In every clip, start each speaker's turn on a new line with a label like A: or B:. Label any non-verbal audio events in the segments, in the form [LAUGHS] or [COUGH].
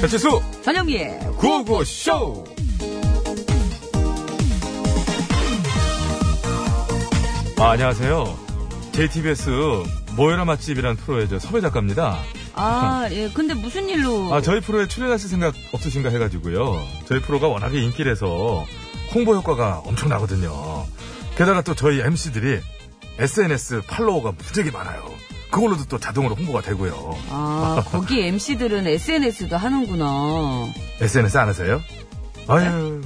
A: 배치수
B: 전영미의
A: 구호구쇼 아, 안녕하세요. JTBS 모여라 맛집이라는 프로의 저 섭외 작가입니다.
B: 아, 예, 근데 무슨 일로.
A: 아, 저희 프로에 출연하실 생각 없으신가 해가지고요. 저희 프로가 워낙에 인기라서 홍보 효과가 엄청나거든요. 게다가 또 저희 MC들이 SNS 팔로워가 무지하게 많아요. 그걸로도 또 자동으로 홍보가 되고요.
B: 아, 거기 MC들은 SNS도 하는구나.
A: SNS 안 하세요? 아유,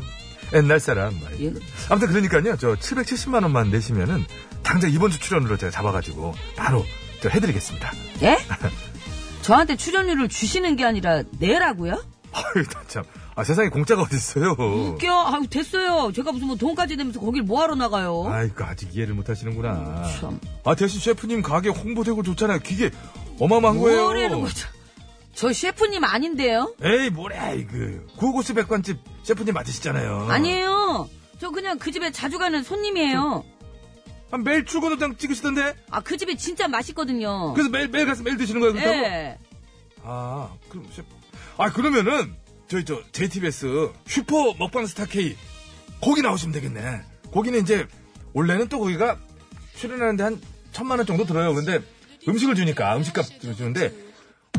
A: 옛날 사람. 아유.
B: 네. 예?
A: 아무튼 그러니까요, 저 770만 원만 내시면은 당장 이번 주 출연으로 제가 잡아가지고 바로 저 해드리겠습니다. [LAUGHS]
B: 예? 저한테 출연료를 주시는 게 아니라 내라고요?
A: 아유, 나 참, 아 세상에 공짜가 어딨어요?
B: 웃겨. 아유, 됐어요. 제가 무슨 뭐 돈까지 내면서 거길 뭐하러 나가요?
A: 아이고 아직 이해를 못하시는구나.
B: 참.
A: 아 대신 셰프님 가게 홍보되고 좋잖아요. 기계 어마어마한 거예요.
B: 뭐라는 거죠? 저 셰프님 아닌데요?
A: 에이 뭐래 이그 구호고수 백반집 셰프님 맞으시잖아요.
B: 아니에요. 저 그냥 그 집에 자주 가는 손님이에요.
A: 아, 매일 출근 도장 찍으시던데.
B: 아, 그 집이 진짜 맛있거든요.
A: 그래서 매일 매일 가서 매일 드시는 거예요. 그렇다고?
B: 예.
A: 아, 그럼 셰프. 아, 그러면은 저희 저 JTBS 슈퍼 먹방 스타 K 거기 나오시면 되겠네. 거기는 이제 원래는 또 거기가 출연하는데 한 천만 원 정도 들어요. 근데 음식을 주니까 음식값 주는데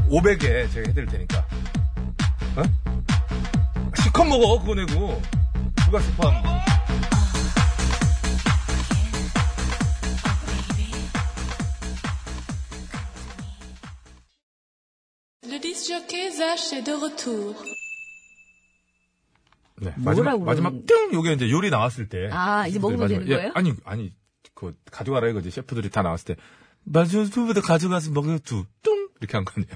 A: 500에 제가 해드릴 테니까. 어? 시컷 먹어 그거 내고 부가 스팸.
C: Le disjockey Zach est de retour.
A: 네, 마지막
B: 뭐라고
A: 마지막
B: 그러는-
A: 띵 요게 이제 요리 나왔을 때.
B: 아, 이제 먹으면
A: 마지막-
B: 되는
A: 예,
B: 거예요?
A: 아니 아니 그 가져가라 이거지 셰프들이 다 나왔을 때. 마지막 셰프부터 가져가서 먹어요 뚱 이렇게 한
B: [LAUGHS]
A: 거네요.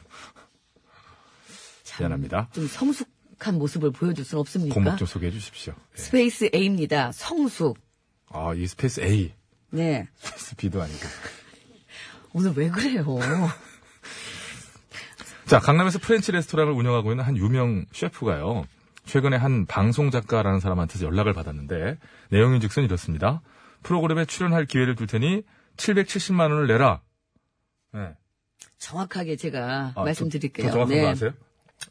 A: 미안합니다.
B: 좀 성숙한 모습을 보여줄 순 없습니까?
A: 공목 좀 소개해 주십시오. 예.
B: 스페이스 A입니다. 성숙.
A: 아, 이 스페이스 A,
B: 네.
A: 스페이스 B도 아니고.
B: 오늘 왜 그래요?
A: 자, 강남에서 프렌치 레스토랑을 운영하고 있는 한 유명 셰프가요. 최근에 한 방송 작가라는 사람한테서 연락을 받았는데 내용인즉슨 이렇습니다. 프로그램에 출연할 기회를 줄 테니 770만 원을 내라. 네.
B: [LAUGHS] 정확하게 제가
A: 아,
B: 말씀드릴게요.
A: 더, 더 정확한
B: 네.
A: 거 아세요?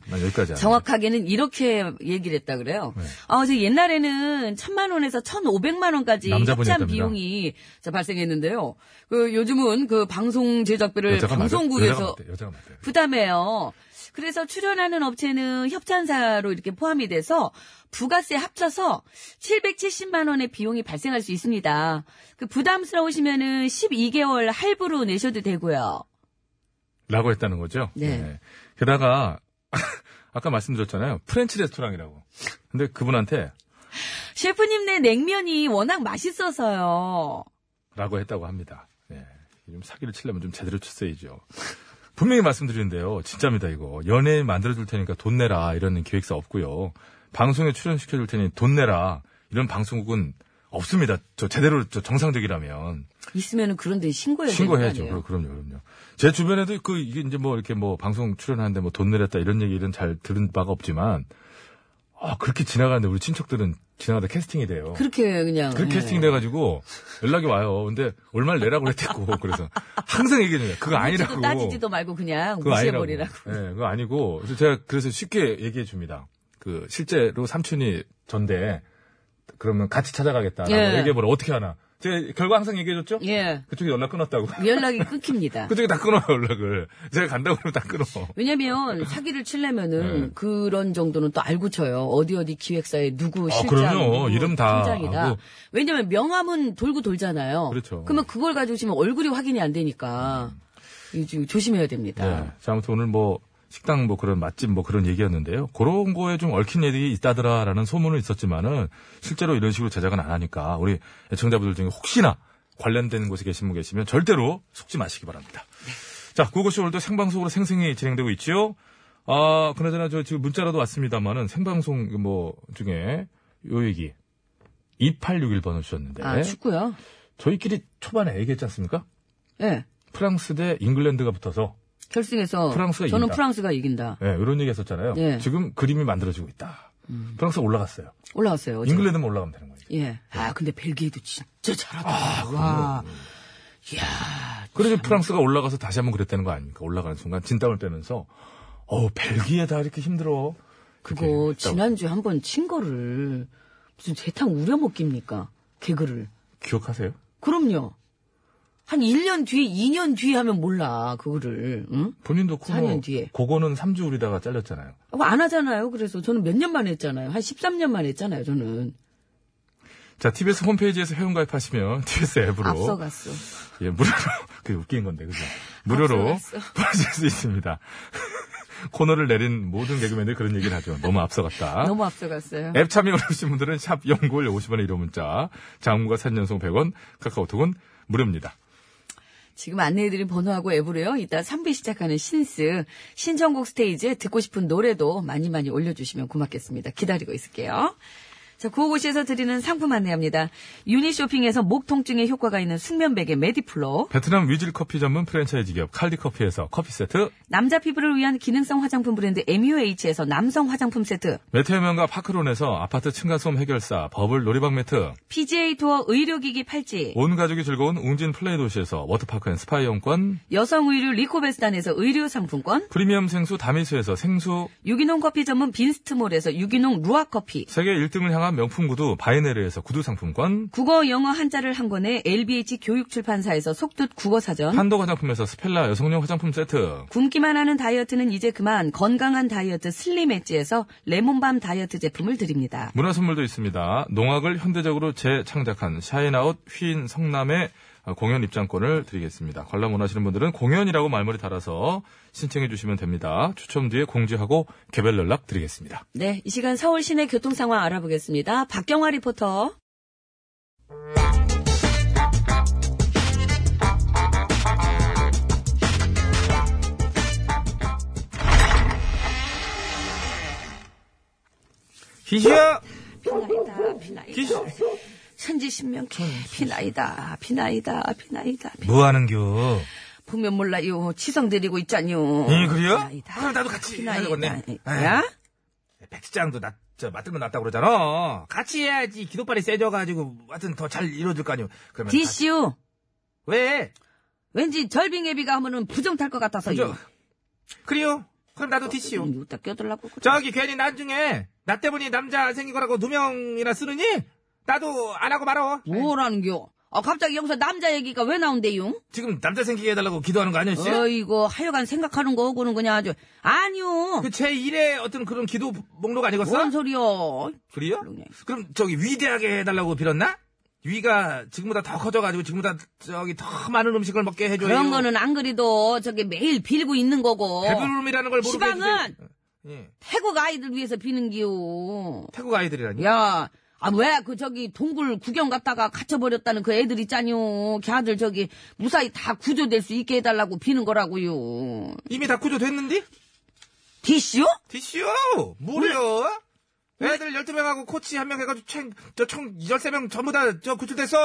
A: 난 여기까지 알아요.
B: 정확하게는 이렇게 얘기를 했다 그래요.
A: 네.
B: 아, 저 옛날에는 천만 원에서 천오백만 원까지
A: 남자분이
B: 협찬
A: 했답니다.
B: 비용이 자, 발생했는데요. 그 요즘은 그 방송 제작비를
A: 여자가 맞아- 여자가
B: 방송국에서
A: 맞대, 여자가 맞대.
B: 부담해요. 그래서 출연하는 업체는 협찬사로 이렇게 포함이 돼서 부가세 합쳐서 770만 원의 비용이 발생할 수 있습니다. 그 부담스러우시면은 12개월 할부로 내셔도 되고요.
A: 라고 했다는 거죠.
B: 네.
A: 게다가 [LAUGHS] 아까 말씀드렸잖아요. 프렌치 레스토랑이라고. 근데 그분한테
B: 셰프님 네 냉면이 워낙 맛있어서요.
A: 라고 했다고 합니다. 예. 좀 사기를 치려면 좀 제대로 쳤어야죠. 분명히 말씀드리는데요. 진짜입니다, 이거. 연예인 만들어줄 테니까 돈 내라. 이런 기획사 없고요. 방송에 출연시켜줄 테니 돈 내라. 이런 방송국은 없습니다. 저 제대로 저 정상적이라면.
B: 있으면은 그런 데 신고해야 되는 거
A: 신고해야죠.
B: 네, 아니에요?
A: 그럼, 그럼요, 그럼요. 제 주변에도 그, 이게 이제 뭐 이렇게 뭐 방송 출연하는데 뭐 돈 내렸다 이런 얘기는 잘 들은 바가 없지만, 아, 그렇게 지나가는데 우리 친척들은 지나가다 캐스팅이 돼요.
B: 그렇게 그냥
A: 그
B: 예.
A: 캐스팅 돼가지고 연락이 와요. 근데 얼마를 내라고
B: [LAUGHS]
A: 그랬대고 그래서 항상 얘기해요. 그거 아니라고.
B: 묻지도 예. 뭐 따지지도 말고 그냥
A: 그거 아니라고.
B: 무시해버리라고.
A: 예, 그거 아니고 그래서 제가 그래서 쉽게 얘기해 줍니다. 그 실제로 삼촌이 전데 그러면 같이 찾아가겠다. 라고
B: 예.
A: 얘기해보라. 어떻게 하나. 제가 결과 항상 얘기해줬죠?
B: 예.
A: 그쪽에 연락 끊었다고.
B: 연락이
A: [LAUGHS]
B: 끊깁니다.
A: 그쪽에 다 끊어요, 연락을. 제가 간다고 그러면 다 끊어.
B: 왜냐면 사기를 치려면은
A: 네.
B: 그런 정도는 또 알고 쳐요. 어디 어디 기획사에 누구
A: 아,
B: 실장,
A: 그럼요.
B: 누구
A: 이름 다
B: 팀장이다.
A: 알고.
B: 왜냐면 명함은 돌고 돌잖아요.
A: 그렇죠. 음.
B: 러면 그걸 가지고 지금 얼굴이 확인이 안 되니까 요즘 조심해야 됩니다.
A: 네. 자, 아무튼 오늘 뭐, 식당 뭐 그런 맛집 뭐 그런 얘기였는데요. 그런 거에 좀 얽힌 얘기 있다더라라는 소문은 있었지만은, 실제로 이런 식으로 제작은 안 하니까, 우리 애청자분들 중에 혹시나 관련된 곳에 계신 분 계시면 절대로 속지 마시기 바랍니다. 자, 그것이 오늘도 생방송으로 생생히 진행되고 있지요. 아, 그나저나 저 지금 문자라도 왔습니다만은 생방송 뭐 중에 요 얘기 2861번을 주셨는데
B: 아, 축구요?
A: 저희끼리 초반에 얘기했지 않습니까?
B: 예.
A: 프랑스 대 잉글랜드가 붙어서
B: 결승에서
A: 프랑스가
B: 저는
A: 이긴다.
B: 프랑스가 이긴다.
A: 예, 이런 얘기 했었잖아요.
B: 예. 음.
A: 지금 그림이 만들어지고 있다. 프랑스 올라갔어요.
B: 올라왔어요. 어제.
A: 잉글랜드만 올라가면 되는 거죠.
B: 예. 아, 근데 벨기에도 진짜
A: 아,
B: 잘하더라. 와. 이야.
A: 그래서 프랑스가 올라가서 다시 한번 그랬다는 거 아닙니까? 올라가는 순간 진땀을 빼면서 어우 벨기에 다 이렇게 힘들어. 그렇게
B: 그거
A: 했다고.
B: 지난주에 한 번 친 거를 무슨 재탕 우려먹깁니까? 개그를.
A: 기억하세요?
B: 그럼요. 한 1년 뒤에, 2년 뒤에 하면 몰라, 그거를. 응?
A: 본인도
B: 사년
A: 코너
B: 뒤에.
A: 그거는 3주 우리다가 잘렸잖아요.
B: 그거 안 하잖아요. 그래서 저는 몇 년 만에 했잖아요. 한 13년 만에 했잖아요, 저는.
A: 자, TBS 홈페이지에서 회원가입하시면 [LAUGHS] TBS 앱으로
B: 앞서갔어.
A: 예, 무료로 [LAUGHS] 그게 웃긴 건데 그죠? 무료로
B: 앞서갔어.
A: [LAUGHS] 보실 수 있습니다. [LAUGHS] 코너를 내린 모든 개그맨들 그런 얘기를 하죠. 너무
B: [LAUGHS]
A: 앞서갔다.
B: 너무 앞서갔어요.
A: 앱 참여 [LAUGHS] 어려우신 분들은 샵 연골 50원의 1호 문자, 장문과 3년송 100원, 카카오톡은 무료입니다.
B: 지금 안내해드린 번호하고 앱으로요. 이따 3부 시작하는 신스, 신청곡 스테이지에 듣고 싶은 노래도 많이 많이 올려주시면 고맙겠습니다. 기다리고 있을게요. 자, 구호고시에서 드리는 상품 안내합니다. 유니쇼핑에서 목 통증에 효과가 있는 숙면베개 메디플로,
A: 베트남 위즐 커피 전문 프랜차이즈 기업 칼디 커피에서 커피 세트,
B: 남자 피부를 위한 기능성 화장품 브랜드 MUH에서 남성 화장품 세트,
A: 메테오면과 파크론에서 아파트 층간소음 해결사, 버블 놀이방 매트,
B: PGA 투어 의료기기 팔찌,
A: 온 가족이 즐거운 웅진 플레이 도시에서 워터파크 앤 스파 이용권,
B: 여성 의류 리코베스단에서 의류 상품권,
A: 프리미엄 생수 다미수에서 생수,
B: 유기농 커피 전문 빈스트몰에서 유기농 루아 커피,
A: 세계 1등을 향한 명품 구두 바이네르에서 구두 상품권,
B: 국어 영어 한자를 한 권에 LBH 교육출판사에서 속뜻 국어사전
A: 한도 화장품에서 스펠라 여성용 화장품 세트,
B: 굶기만 하는 다이어트는 이제 그만 건강한 다이어트 슬림 엣지에서 레몬밤 다이어트 제품을 드립니다.
A: 문화 선물도 있습니다. 농악을 현대적으로 재창작한 샤인아웃 휘인 성남의 공연 입장권을 드리겠습니다. 관람 원하시는 분들은 공연이라고 말머리 달아서 신청해 주시면 됩니다. 추첨 뒤에 공지하고 개별 연락 드리겠습니다.
B: 네, 이 시간 서울 시내 교통 상황 알아보겠습니다. 박경화 리포터.
A: 희희야!
B: 피나이다, 피나이다. 천지 신명 개 피나이다, 피나이다, 피나이다.
A: 뭐 하는겨?
B: 보면 몰라요. 치성 드리고 있잖요.
A: 응, 예, 그래요?
B: 피나이다,
A: 그럼 나도 같이
B: 피나이다.
A: 해야겠네. 예.
B: 야?
A: 백지장도 낫, 저, 맞들면 낫다고 그러잖아. 같이 해야지. 기도발이 세져가지고, 하여튼 더 잘 이루어질 거 아니오. 그러면.
B: 디슈.
A: 왜?
B: 왠지 절빙애비가 하면은 부정 탈 것 같아서요.
A: 그래요? 그럼 나도 티슈.
B: 음, 여기다 껴들라고. 그래.
A: 저기 괜히 나중에 나 때문에 남자 생긴 거라고 두 명이나 쓰느니 나도 안 하고 말어.
B: 뭐라는 겨? 아, 갑자기 여기서 남자 얘기가 왜 나온대요?
A: 지금 남자 생기게 해달라고 기도하는 거 아니었지?
B: 어이고, 하여간 생각하는 거하고는 그냥 아주, 아니요!
A: 그제 1의 어떤 그런 기도 목록 아니겠어?
B: 뭔 소리요?
A: 그래요?
B: 뭐? 그러네.
A: 그럼 저기 위대하게 해달라고 빌었나? 위가 지금보다 더 커져가지고 지금보다 저기 더 많은 음식을 먹게 해줘요.
B: 그런 거는 안 그래도 저게 매일 빌고 있는 거고.
A: 배부름이라는 걸 모르게
B: 시방은
A: 해주세요. 예.
B: 태국 아이들 위해서 비는 기요.
A: 태국 아이들이라니.
B: 야, 아, 왜, 그, 저기, 동굴 구경 갔다가 갇혀버렸다는 그 애들 있잖요. 걔들 저기, 무사히 다 구조될 수 있게 해달라고 비는 거라고요.
A: 이미 다 구조됐는데?
B: 디시요?
A: 디슈! 뭐래요? 애들 12명하고 코치 한 명 해가지고 총, 저총 13명 전부 다 저 구출됐어!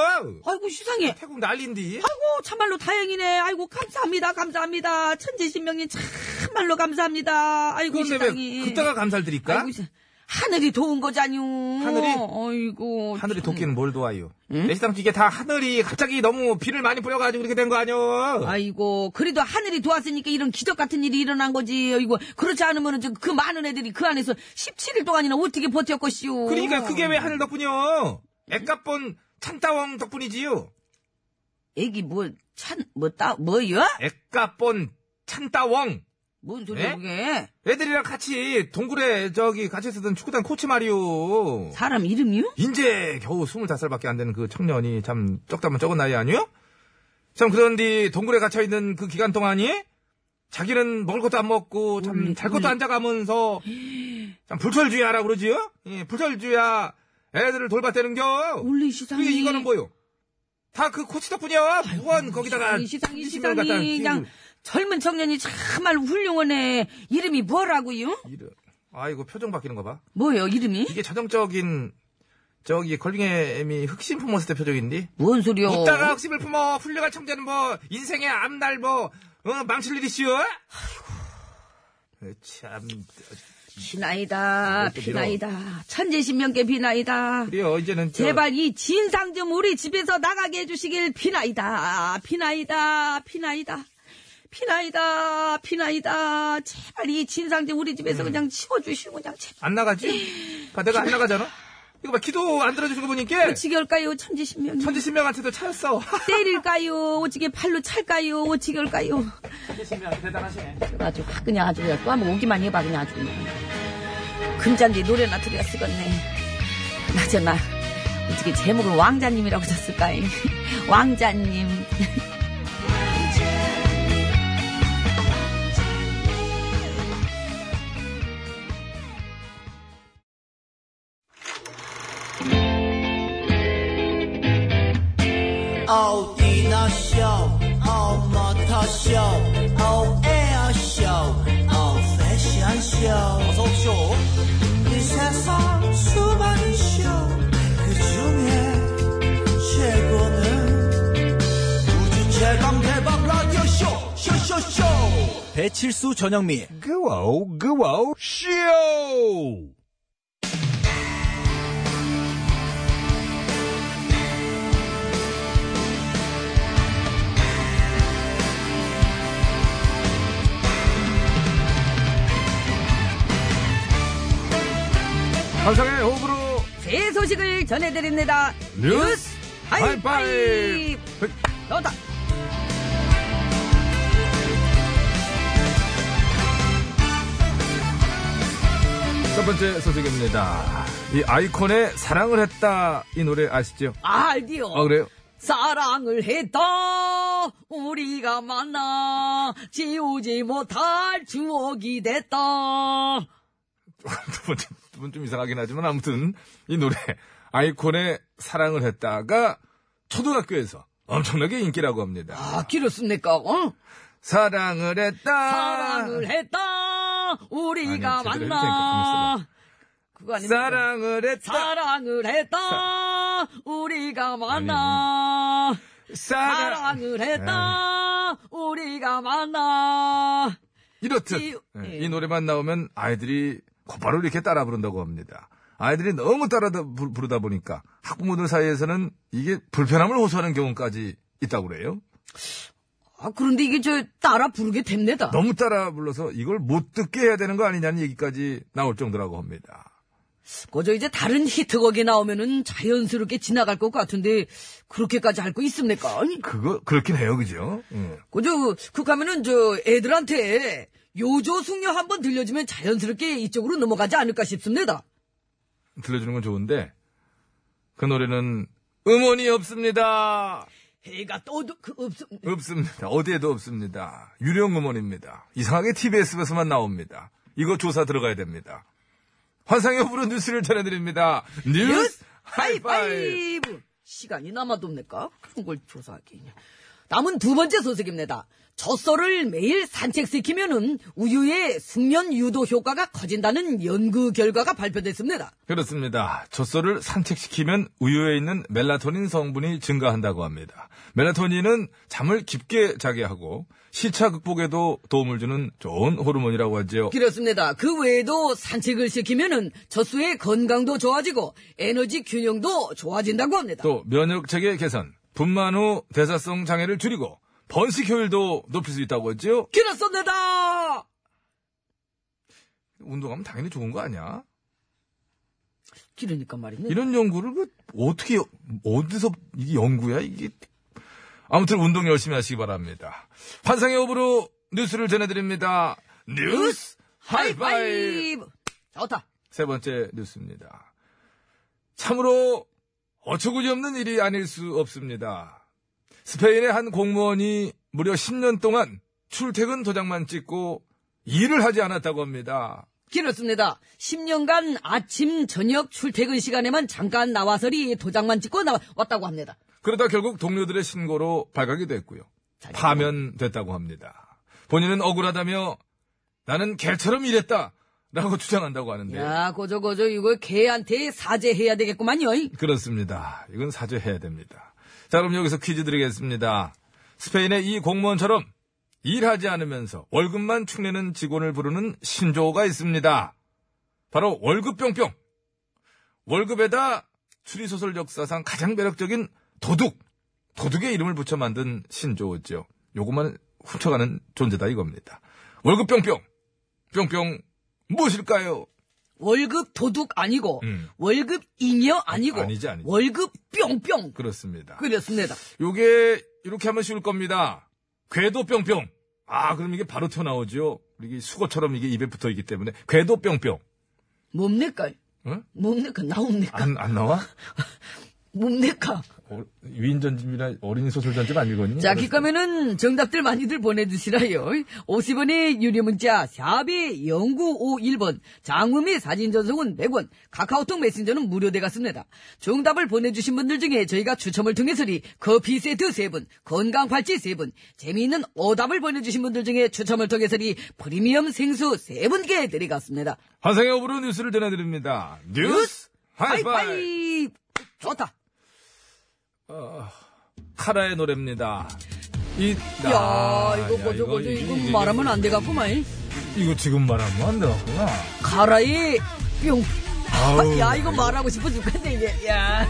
B: 아이고, 시상해.
A: 태국 난리인데.
B: 아이고 참말로 다행이네. 아이고 감사합니다. 감사합니다. 천지신명님 참말로 감사합니다. 아이고
A: 그런데 왜
B: 세상이.
A: 그때가 감사를 드릴까?
B: 아이고, 세- 하늘이 도운 거잖요.
A: 하늘이?
B: 아이고.
A: 하늘이
B: 참.
A: 도끼는 뭘 도와요?
B: 응?
A: 내시당 이게 다 하늘이 갑자기 너무 비를 많이 뿌려가지고 이렇게 된 거 아니오?
B: 아이고, 그래도 하늘이 도왔으니까 이런 기적 같은 일이 일어난 거지. 아이고, 그렇지 않으면 그 많은 애들이 그 안에서 17일 동안이나 어떻게 버텼겠시오.
A: 그러니까 그게 왜 하늘 덕분이요? 액값본 참따왕 덕분이지요.
B: 애기 뭐, 찬, 뭐, 따, 뭐요?
A: 액값본 참따왕.
B: 뭔 소리야,
A: 에?
B: 그게?
A: 애들이랑 같이 동굴에 저기 같이 쓰던 축구단 코치 말이오.
B: 사람 이름이요?
A: 인제 겨우 25살밖에 안 되는 그 청년이 참 적다면 적은 나이 아니요? 참 그런데 동굴에 갇혀있는 그 기간 동안이 자기는 먹을 것도 안 먹고 참
B: 음,
A: 잘 것도 안 자가면서 참 불철주야라고 그러지요? 예, 불철주야 애들을 돌봤다는겨
B: 원래
A: 그게
B: 시상이.
A: 이거는 뭐요? 다 그 코치 덕분이야 무한 거기다가
B: 시상이, 시상이,
A: 시집을 갖다
B: 시상이. 그냥
A: 끼고.
B: 젊은 청년이 정말 훌륭하네. 이름이 뭐라고요?
A: 이런. 아이고 표정 바뀌는 거 봐.
B: 뭐요, 이름이?
A: 이게 전형적인 저기 걸빙의 애미 흑심 품었을 때 표정인데
B: 뭔 소리요?
A: 웃다가 흑심을 품어 훌륭한 청자는 뭐 인생의 앞날 뭐 어, 망칠 일이 쉬워? 아이고 참
B: 비나이다,
A: 아, 이것도
B: 비나이다. 천재신명께 비나이다.
A: 그래요 이제는 저-
B: 제발 이 진상 좀 우리 집에서 나가게 해주시길 비나이다, 비나이다, 비나이다. 피나이다, 피나이다. 제발 이 진상 좀 우리 집에서 그냥 치워주시고 그냥 제발.
A: 안 나가지? 바다가 안 나가잖아. 이거 봐 기도 안 들어주는 거 보니까
B: 어찌게 할까요, 천지신명.
A: 천지 신명한테도 차였어.
B: 때릴까요, 어찌게 팔로 찰까요, 어찌게 할까요.
A: 천지 신명 대단하시네.
B: 아주 확 그냥 아주 그냥 또 한번 오기만 해봐 그냥 아주 그냥 금잔디 노래나 들어야 쓰겠네 나저나 어떻게 제목을 왕자님이라고 [LAUGHS] 쳤을까 잉 왕자님
D: 어디나 쇼 어머터 쇼 어에어 쇼 어패션 쇼 어서 오쇼 이 세상 수많은 쇼그 중에 최고는 우주 최강 대박 라디오 쇼 쇼쇼쇼 배칠수 전영미
A: 그워 그워 쇼. 감상의 호흡으로
B: 새 소식을 전해드립니다
A: 뉴스
B: 하이파이브
A: 하이파이브.
B: 나왔다
A: 첫 번째 소식입니다. 이 아이콘의 사랑을 했다 이 노래 아시죠?
B: 알디오
A: 아 그래요?
B: 사랑을 했다 우리가 만나 지우지 못할 추억이 됐다
A: 두분 좀 이상하긴 하지만 아무튼 이 노래 아이콘의 사랑을 했다가 초등학교에서 엄청나게 인기라고 합니다.
B: 아 길었습니까 어?
A: 사랑을 했다.
B: 사랑을 했다 우리가
A: 아니, 제대로 해도
B: 만나
A: 되니까
B: 그거 아닙니까
A: 사랑을 했다.
B: 사랑을 했다 우리가
A: 뭐.
B: 만나
A: 사랑.
B: 사랑을 했다
A: 네.
B: 우리가 만나
A: 이렇듯
B: 이-
A: 예,
B: 예.
A: 이 노래만 나오면 아이들이 곧바로 이렇게 따라 부른다고 합니다. 아이들이 너무 따라 다- 부- 부르다 보니까 학부모들 사이에서는 이게 불편함을 호소하는 경우까지 있다고 그래요.
B: 아 그런데 이게 저 따라 부르게 됩니다
A: 너무 따라 불러서 이걸 못 듣게 해야 되는 거 아니냐는 얘기까지 나올 정도라고 합니다.
B: 그저 이제 다른 히트곡이 나오면은 자연스럽게 지나갈 것 같은데 그렇게까지 할 거 있습니까 아니,
A: 그거 그렇긴 해요, 그죠? 예.
B: 그저 그하면은 저 애들한테 요조 숙녀 한번 들려주면 자연스럽게 이쪽으로 넘어가지 않을까 싶습니다.
A: 들려주는 건 좋은데 그 노래는 음원이 없습니다.
B: 해가 떠도 그 없음.
A: 없습니다. 어디에도 없습니다. 유령 음원입니다. 이상하게 TBS에서만 나옵니다. 이거 조사 들어가야 됩니다. 환상의 호불호 뉴스를 전해드립니다. 뉴스 하이파이브!
B: 하이파이브. 시간이 남아도 없니까? 그런 걸 조사하기. 남은 두 번째 소식입니다. 젖소를 매일 산책시키면은 우유의 숙면 유도 효과가 커진다는 연구 결과가 발표됐습니다.
A: 그렇습니다. 젖소를 산책시키면 우유에 있는 멜라토닌 성분이 증가한다고 합니다. 멜라토닌은 잠을 깊게 자게 하고 시차 극복에도 도움을 주는 좋은 호르몬이라고 하지요.
B: 그렇습니다. 그 외에도 산책을 시키면은 젖소의 건강도 좋아지고 에너지 균형도 좋아진다고 합니다.
A: 또 면역 체계 개선, 분만 후 대사성 장애를 줄이고 번식 효율도 높일 수 있다고 하지요.
B: 그렇습니다.
A: 운동하면 당연히 좋은 거 아니야?
B: 그러니까 말이네.
A: 이런 연구를 그 어떻게 어디서 이게 연구야 이게 아무튼 운동 열심히 하시기 바랍니다. 환상의 호불호 뉴스를 전해드립니다. 뉴스 하이파이
B: 하이파이브. 좋다.
A: 세 번째 뉴스입니다. 참으로 어처구니없는 일이 아닐 수 없습니다. 스페인의 한 공무원이 무려 10년 동안 출퇴근 도장만 찍고 일을 하지 않았다고 합니다.
B: 그렇습니다. 10년간 아침, 저녁, 출퇴근 시간에만 잠깐 나와서리 도장만 찍고 나와, 왔다고 합니다.
A: 그러다 결국 동료들의 신고로 발각이 됐고요. 파면됐다고 합니다. 본인은 억울하다며 나는 개처럼 일했다 라고 주장한다고 하는데 요
B: 야, 고조고조, 이거 개한테 사죄해야 되겠구만요.
A: 그렇습니다. 이건 사죄해야 됩니다. 자 그럼 여기서 퀴즈 드리겠습니다. 스페인의 이 공무원처럼 일하지 않으면서 월급만 축내는 직원을 부르는 신조어가 있습니다. 바로 월급뿅뿅. 월급에다 추리소설 역사상 가장 매력적인 도둑, 도둑의 이름을 붙여 만든 신조어죠. 요것만 훔쳐가는 존재다 이겁니다. 월급 뿅뿅, 뿅뿅 무엇일까요?
B: 월급 도둑 아니고,
A: 음.
B: 월급 잉여 아니고,
A: 아니지, 아니지.
B: 월급 뿅뿅.
A: 그렇습니다.
B: 그렇습니다.
A: 요게 이렇게 하면 쉬울 겁니다. 궤도 뿅뿅. 아, 그럼 이게 바로 튀어나오죠. 이게 수거처럼 이게 입에 붙어 있기 때문에 궤도 뿅뿅.
B: 뭡니까?
A: 응?
B: 뭡니까? 나옵니까?
A: 안, 안 나와?
B: 뭡니까?
A: 어, 위인전집이나 어린이 소설전집 안 읽었니?
B: 자,
A: 그래서-
B: 기꺼면은 정답들 많이들 보내주시라요. 50원의 유료 문자, 샵이 0951번, 장음이 사진 전송은 100원, 카카오톡 메신저는 무료되갔습니다. 정답을 보내주신 분들 중에 저희가 추첨을 통해서리 커피 세트 3분, 건강 팔찌 3분, 재미있는 오답을 보내주신 분들 중에 추첨을 통해서리 프리미엄 생수 3분께 드리겠습니다.
A: 환상의 오브로 뉴스를 전해드립니다. 뉴스
B: 뉴스
A: 하이파이!
B: 하이파이! 좋다.
A: 카라의 노래입니다. 이,
B: 야,
A: 아,
B: 이거
A: 야,
B: 뭐죠, 뭐죠,
A: 이게,
B: 이거
A: 이게,
B: 말하면 안 되겠구만.
A: 이거 지금 말하면 안 되겠구나.
B: 가라이 뿅.
A: 아우.
B: 야 이거 말하고 싶어 죽겠네 이게. 야.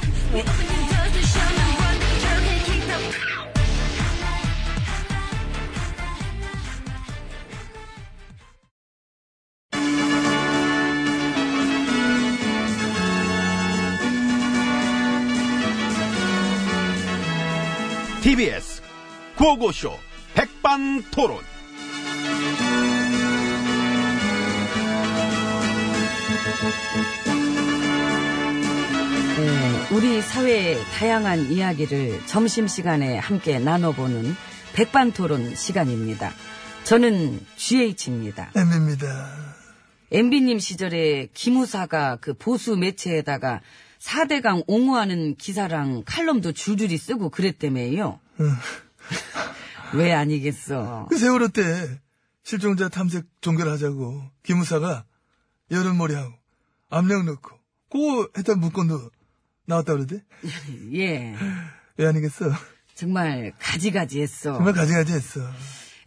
E: TBS 구호고쇼 백반토론.
F: 네, 우리 사회의 다양한 이야기를 점심시간에 함께 나눠보는 백반토론 시간입니다. 저는 GH입니다.
A: M입니다.
F: MB님 시절에 기무사가 그 보수 매체에다가 4대강 옹호하는 기사랑 칼럼도 줄줄이 쓰고 그랬다며요. [LAUGHS] 왜 아니겠어.
A: 그 세월호 때 실종자 탐색 종결하자고 기무사가 여름머리하고 압력 넣고 그거 했던 문건도 나왔다 그러대?
F: 예.
A: 왜 아니겠어?
F: 정말 가지가지 했어.
A: 정말 가지가지 했어.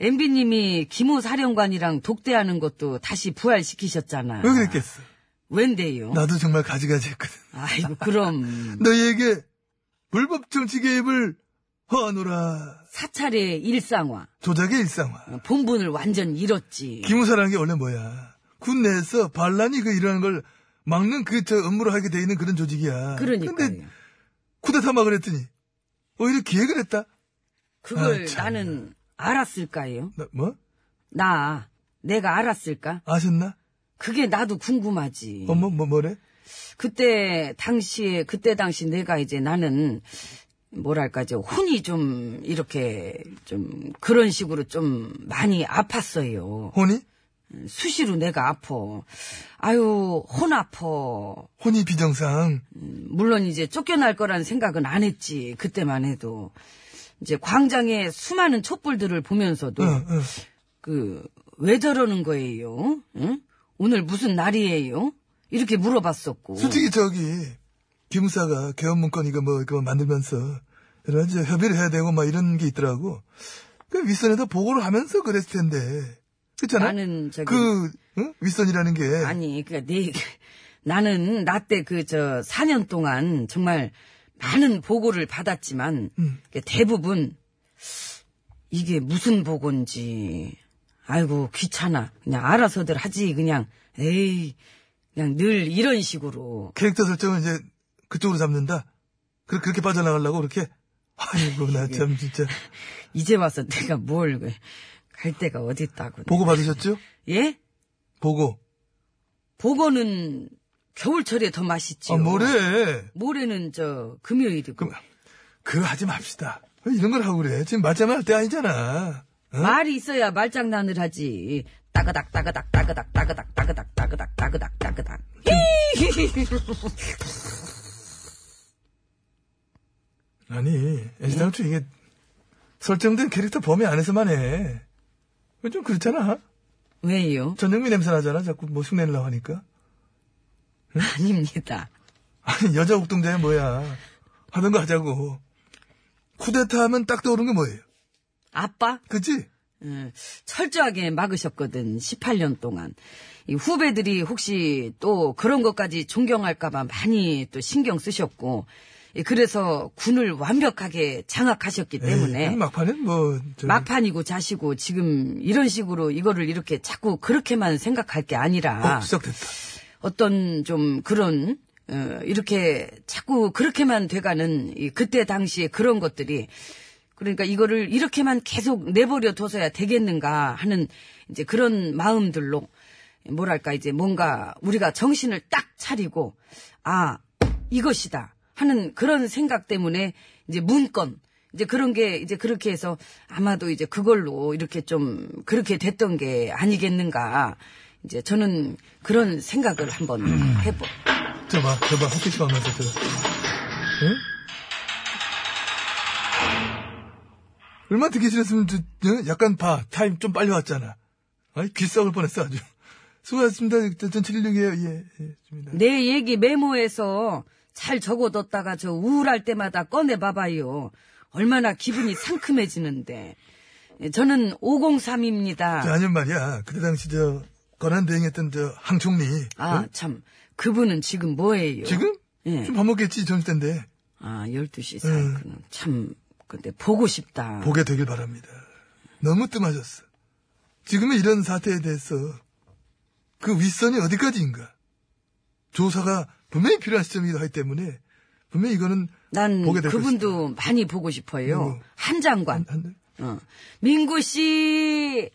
F: MB님이 기모 사령관이랑 독대하는 것도 다시 부활시키셨잖아.
A: 왜 그랬겠어?
F: 웬데요?
A: 나도 정말 가지가지 했거든.
F: 아이고,
A: [LAUGHS]
F: 그럼.
A: 너희에게 불법 정치 개입을 허하노라.
F: 사찰의 일상화.
A: 조작의 일상화.
F: 어, 본분을 완전 잃었지.
A: 기무사라는 게 원래 뭐야? 군 내에서 반란이 그 일어나는 걸 막는 그 저 업무를 하게 돼 있는 그런 조직이야. 근데
F: 그러니까요.
A: 쿠데타 막을 했더니 오히려 기획을 했다.
F: 그걸
A: 아, 참.
F: 나는 알았을까요?
A: 나, 뭐?
F: 나, 내가 알았을까?
A: 아셨나?
F: 그게 나도 궁금하지.
A: 어머, 뭐, 뭐래?
F: 그때 당시에, 그때 당시 내가 이제 나는, 뭐랄까, 이제 혼이 좀, 이렇게, 좀, 그런 식으로 좀 많이 아팠어요.
A: 혼이?
F: 수시로 내가 아파. 아유, 혼 아파.
A: 혼이 비정상.
B: 뭐?
F: 물론 이제 쫓겨날 거라는 생각은 안 했지. 그때만 해도.
B: 이제 광장의 수많은 촛불들을 보면서도 그 왜 저러는 거예요? 응? 오늘 무슨 날이에요? 이렇게 물어봤었고.
F: 솔직히 저기 기무사가 개헌문건 이거 뭐 그거 만들면서 이런 이제 협의를 해야 되고 막 이런 게 있더라고. 그 윗선에다 보고를 하면서 그랬을 텐데. 그렇잖아.
B: 나는 저기
F: 그 응? 윗선이라는 게
B: 아니 그러니까 내 나는 나 때 그 저 4년 동안 정말 많은 보고를 받았지만
F: 음.
B: 이게 대부분 이게 무슨 보고인지 아이고 귀찮아 그냥 알아서들 하지 그냥 에이 그냥 늘 이런 식으로
F: 캐릭터 설정을 이제 그쪽으로 잡는다. 그- 그렇게 빠져나가려고 그렇게. 아이고
B: 예.
F: 나 참 진짜
B: 이제 와서 [LAUGHS] 내가 뭘 갈 데가 어딨다고
F: 보고 받으셨죠?
B: 예
F: 보고.
B: 보고는 겨울철에 더 맛있지요
F: 아 뭐래?
B: 모레는 저 금요일이고
F: 그럼 그거 하지 맙시다. 왜 이런 걸 하고 그래. 지금 맞자만 할 때 아니잖아. 응?
B: 말이 있어야 말장난을 하지. 따그닥 따그닥 따그닥 따그닥 따그닥 따그닥 따그닥 따그닥. [LAUGHS]
F: 아니, 애시당초 이게 설정된 캐릭터 범위 안에서만 해. 이건 좀 그렇잖아.
B: 왜요?
F: 전영미 냄새 나잖아. 자꾸 뭐 흉내내려고 하니까.
B: 아닙니다.
F: 아니, 여자 옥동자야 뭐야. 하는 거 하자고. 쿠데타 하면 딱 떠오른 게 뭐예요?
B: 아빠
F: 그치?
B: 어, 철저하게 막으셨거든. 18년 동안. 이 후배들이 혹시 또 그런 것까지 존경할까봐 많이 또 신경 쓰셨고. 이 그래서 군을 완벽하게 장악하셨기 때문에.
F: 에이, 막판엔 뭐, 저기,
B: 막판이고 자시고 지금 이런 식으로 이거를 이렇게 자꾸 그렇게만 생각할 게 아니라
F: 어, 시작됐다.
B: 어떤 좀 그런 어, 이렇게 자꾸 그렇게만 돼가는 이 그때 당시에 그런 것들이 그러니까 이거를 이렇게만 계속 내버려 둬서야 되겠는가 하는 이제 그런 마음들로 뭐랄까 이제 뭔가 우리가 정신을 딱 차리고 아 이것이다 하는 그런 생각 때문에 이제 문건 이제 그런 게 이제 그렇게 해서 아마도 이제 그걸로 이렇게 좀 그렇게 됐던 게 아니겠는가 이제 저는 그런 생각을 한번
F: 음.
B: 해보.
F: 저봐, 저봐, 헛기시 가면서 저. 응? 얼마 듣기 싫었으면 저, 저, 약간 봐. 타임 좀 빨리 왔잖아. 아이, 귀 썩을 뻔했어, 아주. 수고하셨습니다. 전, 전 716이에요. 예, 예, 좋습니다.
B: 내 얘기 메모해서 잘 적어뒀다가 저 우울할 때마다 꺼내봐봐요. 얼마나 기분이 상큼해지는데. 저는 503입니다.
F: 저, 아니면 말이야. 그때 당시 저, 권한 대행했던 저, 항 총리.
B: 아,
F: 응?
B: 참. 그분은 지금 뭐예요?
F: 음? 지금?
B: 예.
F: 좀 밥 먹겠지, 점심때인데.
B: 아, 12시 사이. 그는 참. 근데 보고 싶다.
F: 음. 보게 되길 바랍니다. 너무 뜸하셨어. 지금의 이런 사태에 대해서 그 윗선이 어디까지인가 조사가 분명히 필요한 시점이기도 하기 때문에 분명히 이거는
B: 난
F: 보게 될
B: 그분도 많이 보고 싶어요.
F: 누구?
B: 한 장관.
F: 음. 한-
B: 어. 민구 씨,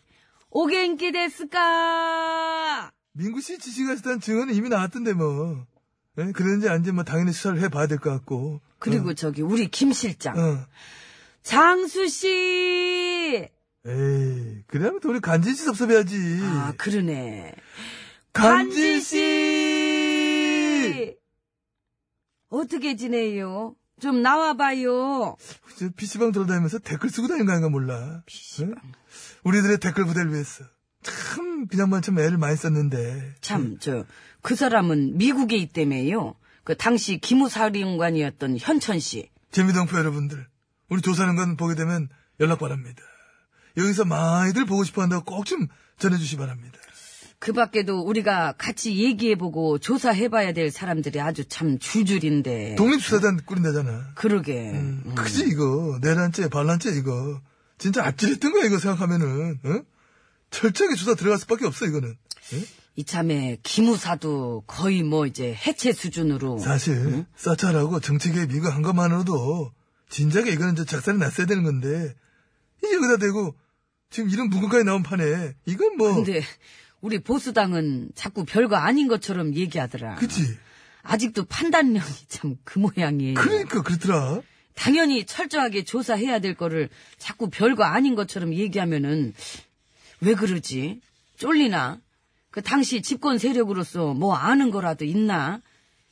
B: 오겐키 데스까?
F: 민구 씨 지시가시다는 증언은 이미 나왔던데 뭐 예? 그런지 안지 뭐 당연히 수사를 해봐야 될 것 같고
B: 그리고 저기 우리 김 실장.
F: 어.
B: 장수 씨.
F: 에이 그래야면 뭐 우리 간지 씨 섭섭해야지 음.
B: 아, 그러네.
F: 간지
B: 씨. 어떻게 지내요? 좀 나와봐요.
F: 저 PC방 돌아다니면서 댓글 쓰고 다닌 거 아닌가 몰라. 응? 우리들의 댓글 부대를 위해서. 참, 그냥만 참 애를 많이 썼는데.
B: 참, 저, 그 사람은 미국에 있다며요. 그 당시 기무사령관이었던 현천 씨.
F: 재미동포 여러분들. 우리 조사하는 건 보게 되면 연락 바랍니다. 여기서 많이들 보고 싶어 한다고 꼭 좀 전해주시 바랍니다.
B: 그 밖에도 우리가 같이 얘기해보고 조사해봐야 될 사람들이 아주 참 줄줄인데.
F: 독립수사단 꾸린다잖아.
B: 그러게.
F: 음, 크지, 이거. 내란죄, 반란죄, 이거. 진짜 아찔했던 거야, 이거 생각하면은. 응? 철저하게 조사 들어갈 수밖에 없어, 이거는.
B: 이참에 기무사도 거의 뭐 이제 해체 수준으로.
F: 사실
B: 네?
F: 사찰하고 정치개입 이거 한 것만으로도 진작에 이거는 이제 작살이 났어야 되는 건데 이 여기다 대고 지금 이런 문구까지 나온 판에 이건 뭐
B: 근데 우리 보수당은 자꾸 별거 아닌 것처럼 얘기하더라.
F: 그치
B: 예. 아직도 판단력이 참 그 모양이에요.
F: 그러니까 그렇더라
B: 당연히 철저하게 조사해야 될 거를 자꾸 별거 아닌 것처럼 얘기하면은 왜 그러지? 쫄리나? 그 당시 집권 세력으로서 뭐 아는 거라도 있나?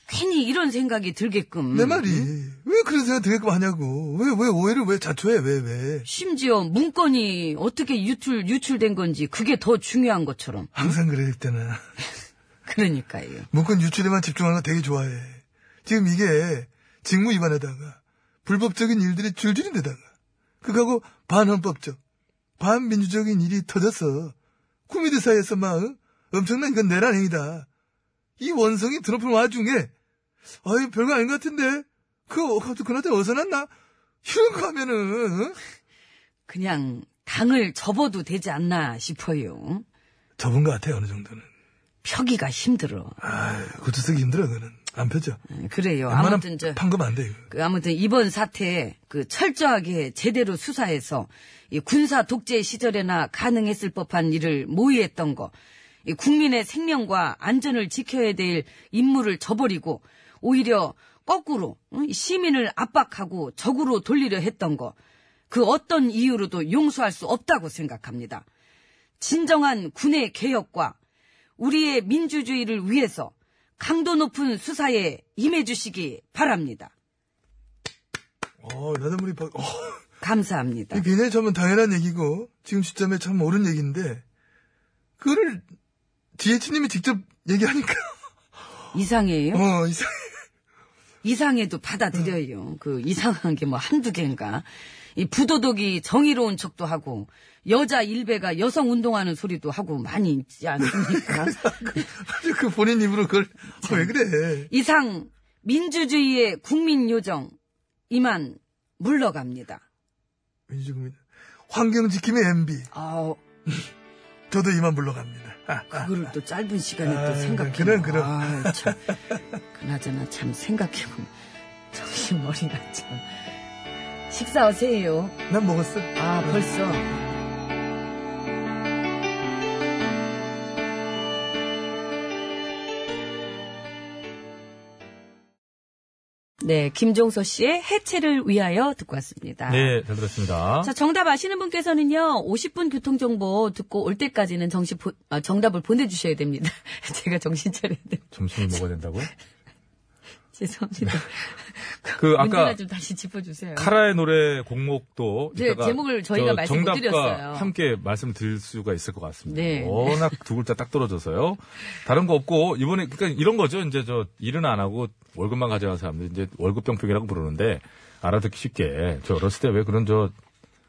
B: 괜히 이런 생각이 들게끔.
F: 내 말이
B: 음.
F: 왜 그런 생각 들게끔 하냐고 왜 왜 오해를 왜 자초해 왜 왜.
B: 심지어 문건이 어떻게 유출, 유출된 건지 그게 더 중요한 것처럼.
F: 항상 그래 때는
B: 그러니까요.
F: 문건 유출에만 집중하는 거 되게 좋아해. 지금 이게 직무 위반에다가 불법적인 일들이 줄줄인데다가 그거하고 반헌법적 반민주적인 일이 터져서 쿠미들 사이에서 막 응? 엄청난 이건 내란 행위다. 이 원성이 드높은 와중에 아유 별거 아닌 것 같은데 그거 어- 그나저나 어디서 났나? 이런 거 하면은 응?
B: 그냥 당을 접어도 되지 않나 싶어요.
F: 접은 것 같아요 어느 정도는.
B: 펴기가 힘들어.
F: 아 그것도 쓰기 힘들어 그는 안 펴죠.
B: 그래요. 아무튼
F: 웬만하면
B: 저
F: 판금 안 돼요.
B: 그 아무튼 이번 사태에 그 철저하게 제대로 수사해서 이 군사 독재 시절에나 가능했을 법한 일을 모의했던 거, 이 국민의 생명과 안전을 지켜야 될 임무를 저버리고 오히려 거꾸로 응? 시민을 압박하고 적으로 돌리려 했던 거, 그 어떤 이유로도 용서할 수 없다고 생각합니다. 진정한 군의 개혁과 우리의 민주주의를 위해서 강도 높은 수사에 임해주시기 바랍니다.
F: 어 여자분이 봐- 어,
B: 감사합니다.
F: 이게 굉장히 저는 당연한 얘기고 지금 시점에 참 옳은 얘기인데 그거를 DH님이 직접 얘기하니까
B: 이상해요?
F: 어 이상.
B: 이상해도
F: 음.
B: 받아들여요. 그 이상한 게 뭐 한두 개인가. 이 부도덕이 정의로운 척도 하고, 여자 일베가 여성 운동하는 소리도 하고 많이 있지
F: [LAUGHS]
B: 않습니까?
F: 아주 그 본인 입으로 그걸 아, 왜 그래?
B: 이상 민주주의의 국민 요정, 이만 물러갑니다.
F: 민주국민 환경 지킴의 MB
B: 아
F: 저도 이만 물러갑니다. 아, 아.
B: 그거를 또 짧은 시간에
F: 아,
B: 또 생각해.
F: 그럼, 그럼.
B: 아, 참. 그나저나 참 생각해보면, [LAUGHS] 정신 머리가 참. 식사하세요.
F: 난 먹었어.
B: 아, 벌써. 네, 김종서 씨의 해체를 위하여 듣고 왔습니다.
A: 네, 잘 들었습니다.
B: 자, 정답 아시는 분께서는요, 50분 교통정보 듣고 올 때까지는 정시 보- 아, 정답을 보내주셔야 됩니다. [LAUGHS] 제가 정신 차려야 돼.
A: 점심을 먹어야 된다고?
B: 죄송합니다.
A: 그 네. 아까
B: 문제나 좀 다시 짚어주세요.
A: 카라의 노래 곡목도
B: 네,
A: 이따가
B: 제목을 저희가
A: 저
B: 말씀 못
A: 정답과
B: 드렸어요.
A: 함께 말씀을 드릴 수가 있을 것 같습니다.
B: 네.
A: 워낙 두 글자 딱 떨어져서요. 다른 거 없고 이번에 그러니까 이런 거죠. 이제 저 일은 안 하고 월급만 가져간 사람들 이제 월급병평이라고 부르는데 알아듣기 쉽게 저 어렸을 때 왜 그런 저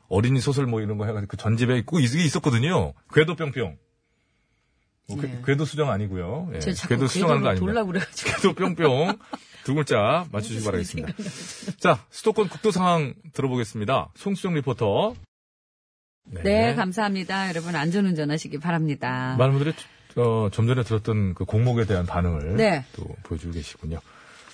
A: 어린이 소설 뭐 이런 거 해가지고 그 전집에 있고 이게 있었거든요. 궤도병평. 뭐 궤-
B: 네.
A: 궤도 수정 아니고요. 예,
B: 저 자꾸
A: 궤도 수정하는 거
B: 궤도를
A: 아닙니다.
B: 돌라고 그래가지고.
A: 궤도 뿅뿅 두 글자 맞추시기 바라겠습니다. 자, 수도권 국도 상황 들어보겠습니다. 송수정 리포터.
B: 네, 감사합니다. 여러분 안전운전 하시기 바랍니다.
A: 많은 분들이 어, 좀 전에 들었던 그 곡목에 대한 반응을
B: 네.
A: 또 보여주고 계시군요.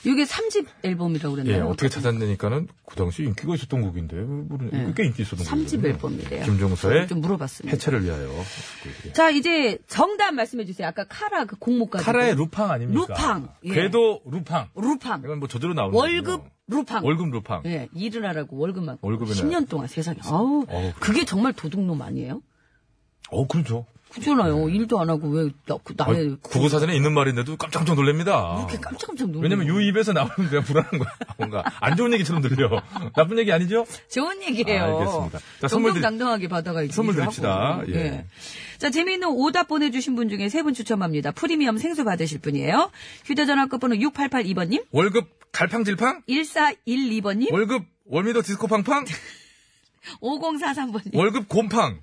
B: 이게 3집 앨범이라고
A: 예,
B: 그랬나요?
A: 어떻게 찾았느니까는 그 당시 인기가 있었던 곡인데 물은
B: 네.
A: 꽤 인기 있었던 곡이에요.
B: 3집 앨범이래요.
A: 김종서의
B: 좀 물어봤습니다.
A: 해체를 위하여. 그
B: 자, 이제 정답 말씀해 주세요. 아까 카라 그 공모까지.
A: 카라의 루팡 아닙니까?
B: 루팡, 예.
A: 궤도 루팡.
B: 루팡.
A: 이건 뭐 저절로 나오는
B: 월급 루팡.
A: 월급 루팡.
B: 예, 일을 하라고 월급만.
A: 월급이나-
B: 10년 동안 세상에. 아우,
A: 어우,
B: 그게 정말 도둑놈 아니에요?
A: 어, 그렇죠.
B: 그잖아요. 일도 안 하고 왜 나, 그 남의 그-
A: 국어사전에 뭐 있는 말인데도 깜짝깜짝 놀랍니다.
B: 이렇게 깜짝깜짝 놀래.
A: 왜냐면 요 입에서 나오면 내가 불안한 거야. [LAUGHS] 뭔가 안 좋은 얘기처럼 들려. 나쁜 얘기 아니죠?
B: 좋은 얘기예요.
A: 아, 알겠습니다. 자, 선물 드리-
B: 당당하게 받아가
A: 선물 드립시다. 예.
B: 자, 재미있는 오답 보내주신 분 중에 세 분 추첨합니다. 프리미엄 생수 받으실 분이에요. 휴대전화 끝번호 6882번님,
G: 월급 갈팡질팡?
B: 1412번님,
G: 월급 월미도 디스코팡팡?
B: 5043번님.
G: 월급 곰팡?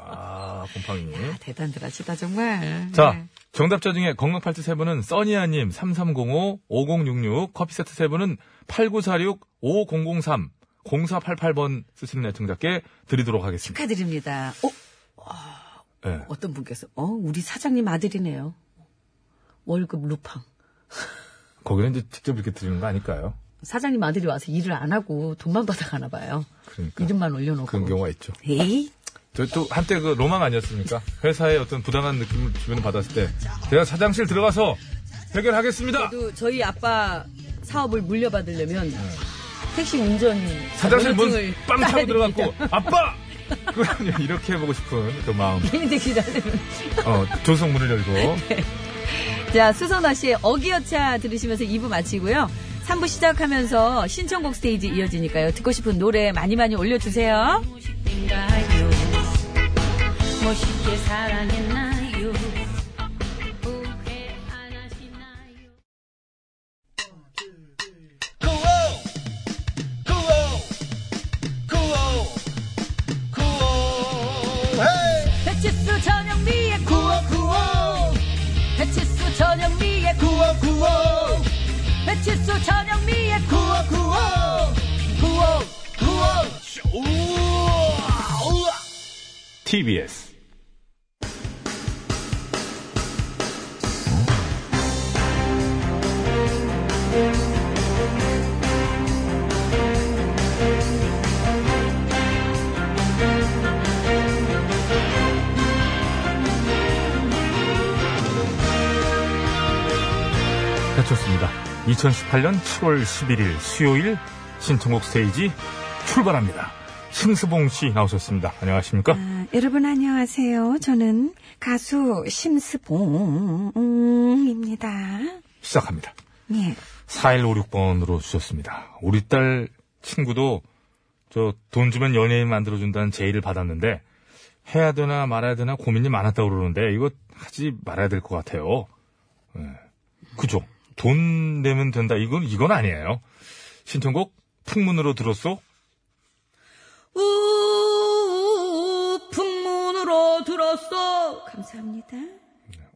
A: 아,
B: 네.
A: 곰팡이.
B: 대단들하시다, 정말. 예.
A: 자, 정답자 중에 건강팔찌 세 분은 써니아님 3305 5066 커피 세트 세 분은 8946 5003 0488번 쓰시는 애청자께 드리도록 하겠습니다.
B: 축하드립니다. 어,
A: 예.
B: 어떤 분께서, 어, 우리 사장님 아들이네요. 월급 루팡.
A: 거기는 이제 직접 이렇게 드리는 거 아닐까요?
B: 사장님 아들이 와서 일을 안 하고 돈만 받아가나 봐요.
A: 그러니까.
B: 이름만 올려놓고.
A: 그런 경우가 있죠.
B: 에이,
A: 저 또 한때 그 로망 아니었습니까? 회사의 어떤 부당한 느낌을 주변에 받았을 때 제가 사장실 들어가서 해결하겠습니다.
B: 또 저희 아빠 사업을 물려받으려면 택시 운전
A: 사장실
B: 면허증을
A: 문빵
B: 따야
A: 차고
B: 됩니다.
A: 들어갔고 아빠 그 이렇게 해보고 싶은 그 마음.
B: 개인 택시 다니면
A: 어, 조성 문을 열고
B: 자, 수선화 씨의 어기여차 들으시면서 2부 마치고요. 3부 시작하면서 신청곡 스테이지 이어지니까요. 듣고 싶은 노래 많이 많이 올려주세요. 멋있게 사랑했나요? 배치수 전영미의 구호 구호 배치수 전영미의 구호 구호 배치수 전영미의 구호
A: TBS 해쳤습니다. 2018년 7월 11일 수요일 신청곡 스테이지 출발합니다. 심수봉 씨 나오셨습니다. 안녕하십니까?
H: 아, 여러분 안녕하세요. 저는 가수 심스봉입니다.
A: 시작합니다.
H: 예.
A: 4156번으로 주셨습니다. 우리 딸 친구도 저 돈 주면 연예인 만들어준다는 제의를 받았는데 해야 되나 말아야 되나 고민이 많았다고 그러는데 이거 하지 말아야 될 것 같아요. 예. 그죠? 돈 내면 된다. 이건, 이건 아니에요. 신청곡 풍문으로 들었소?
B: 우 풍문으로 들었어.
H: 감사합니다.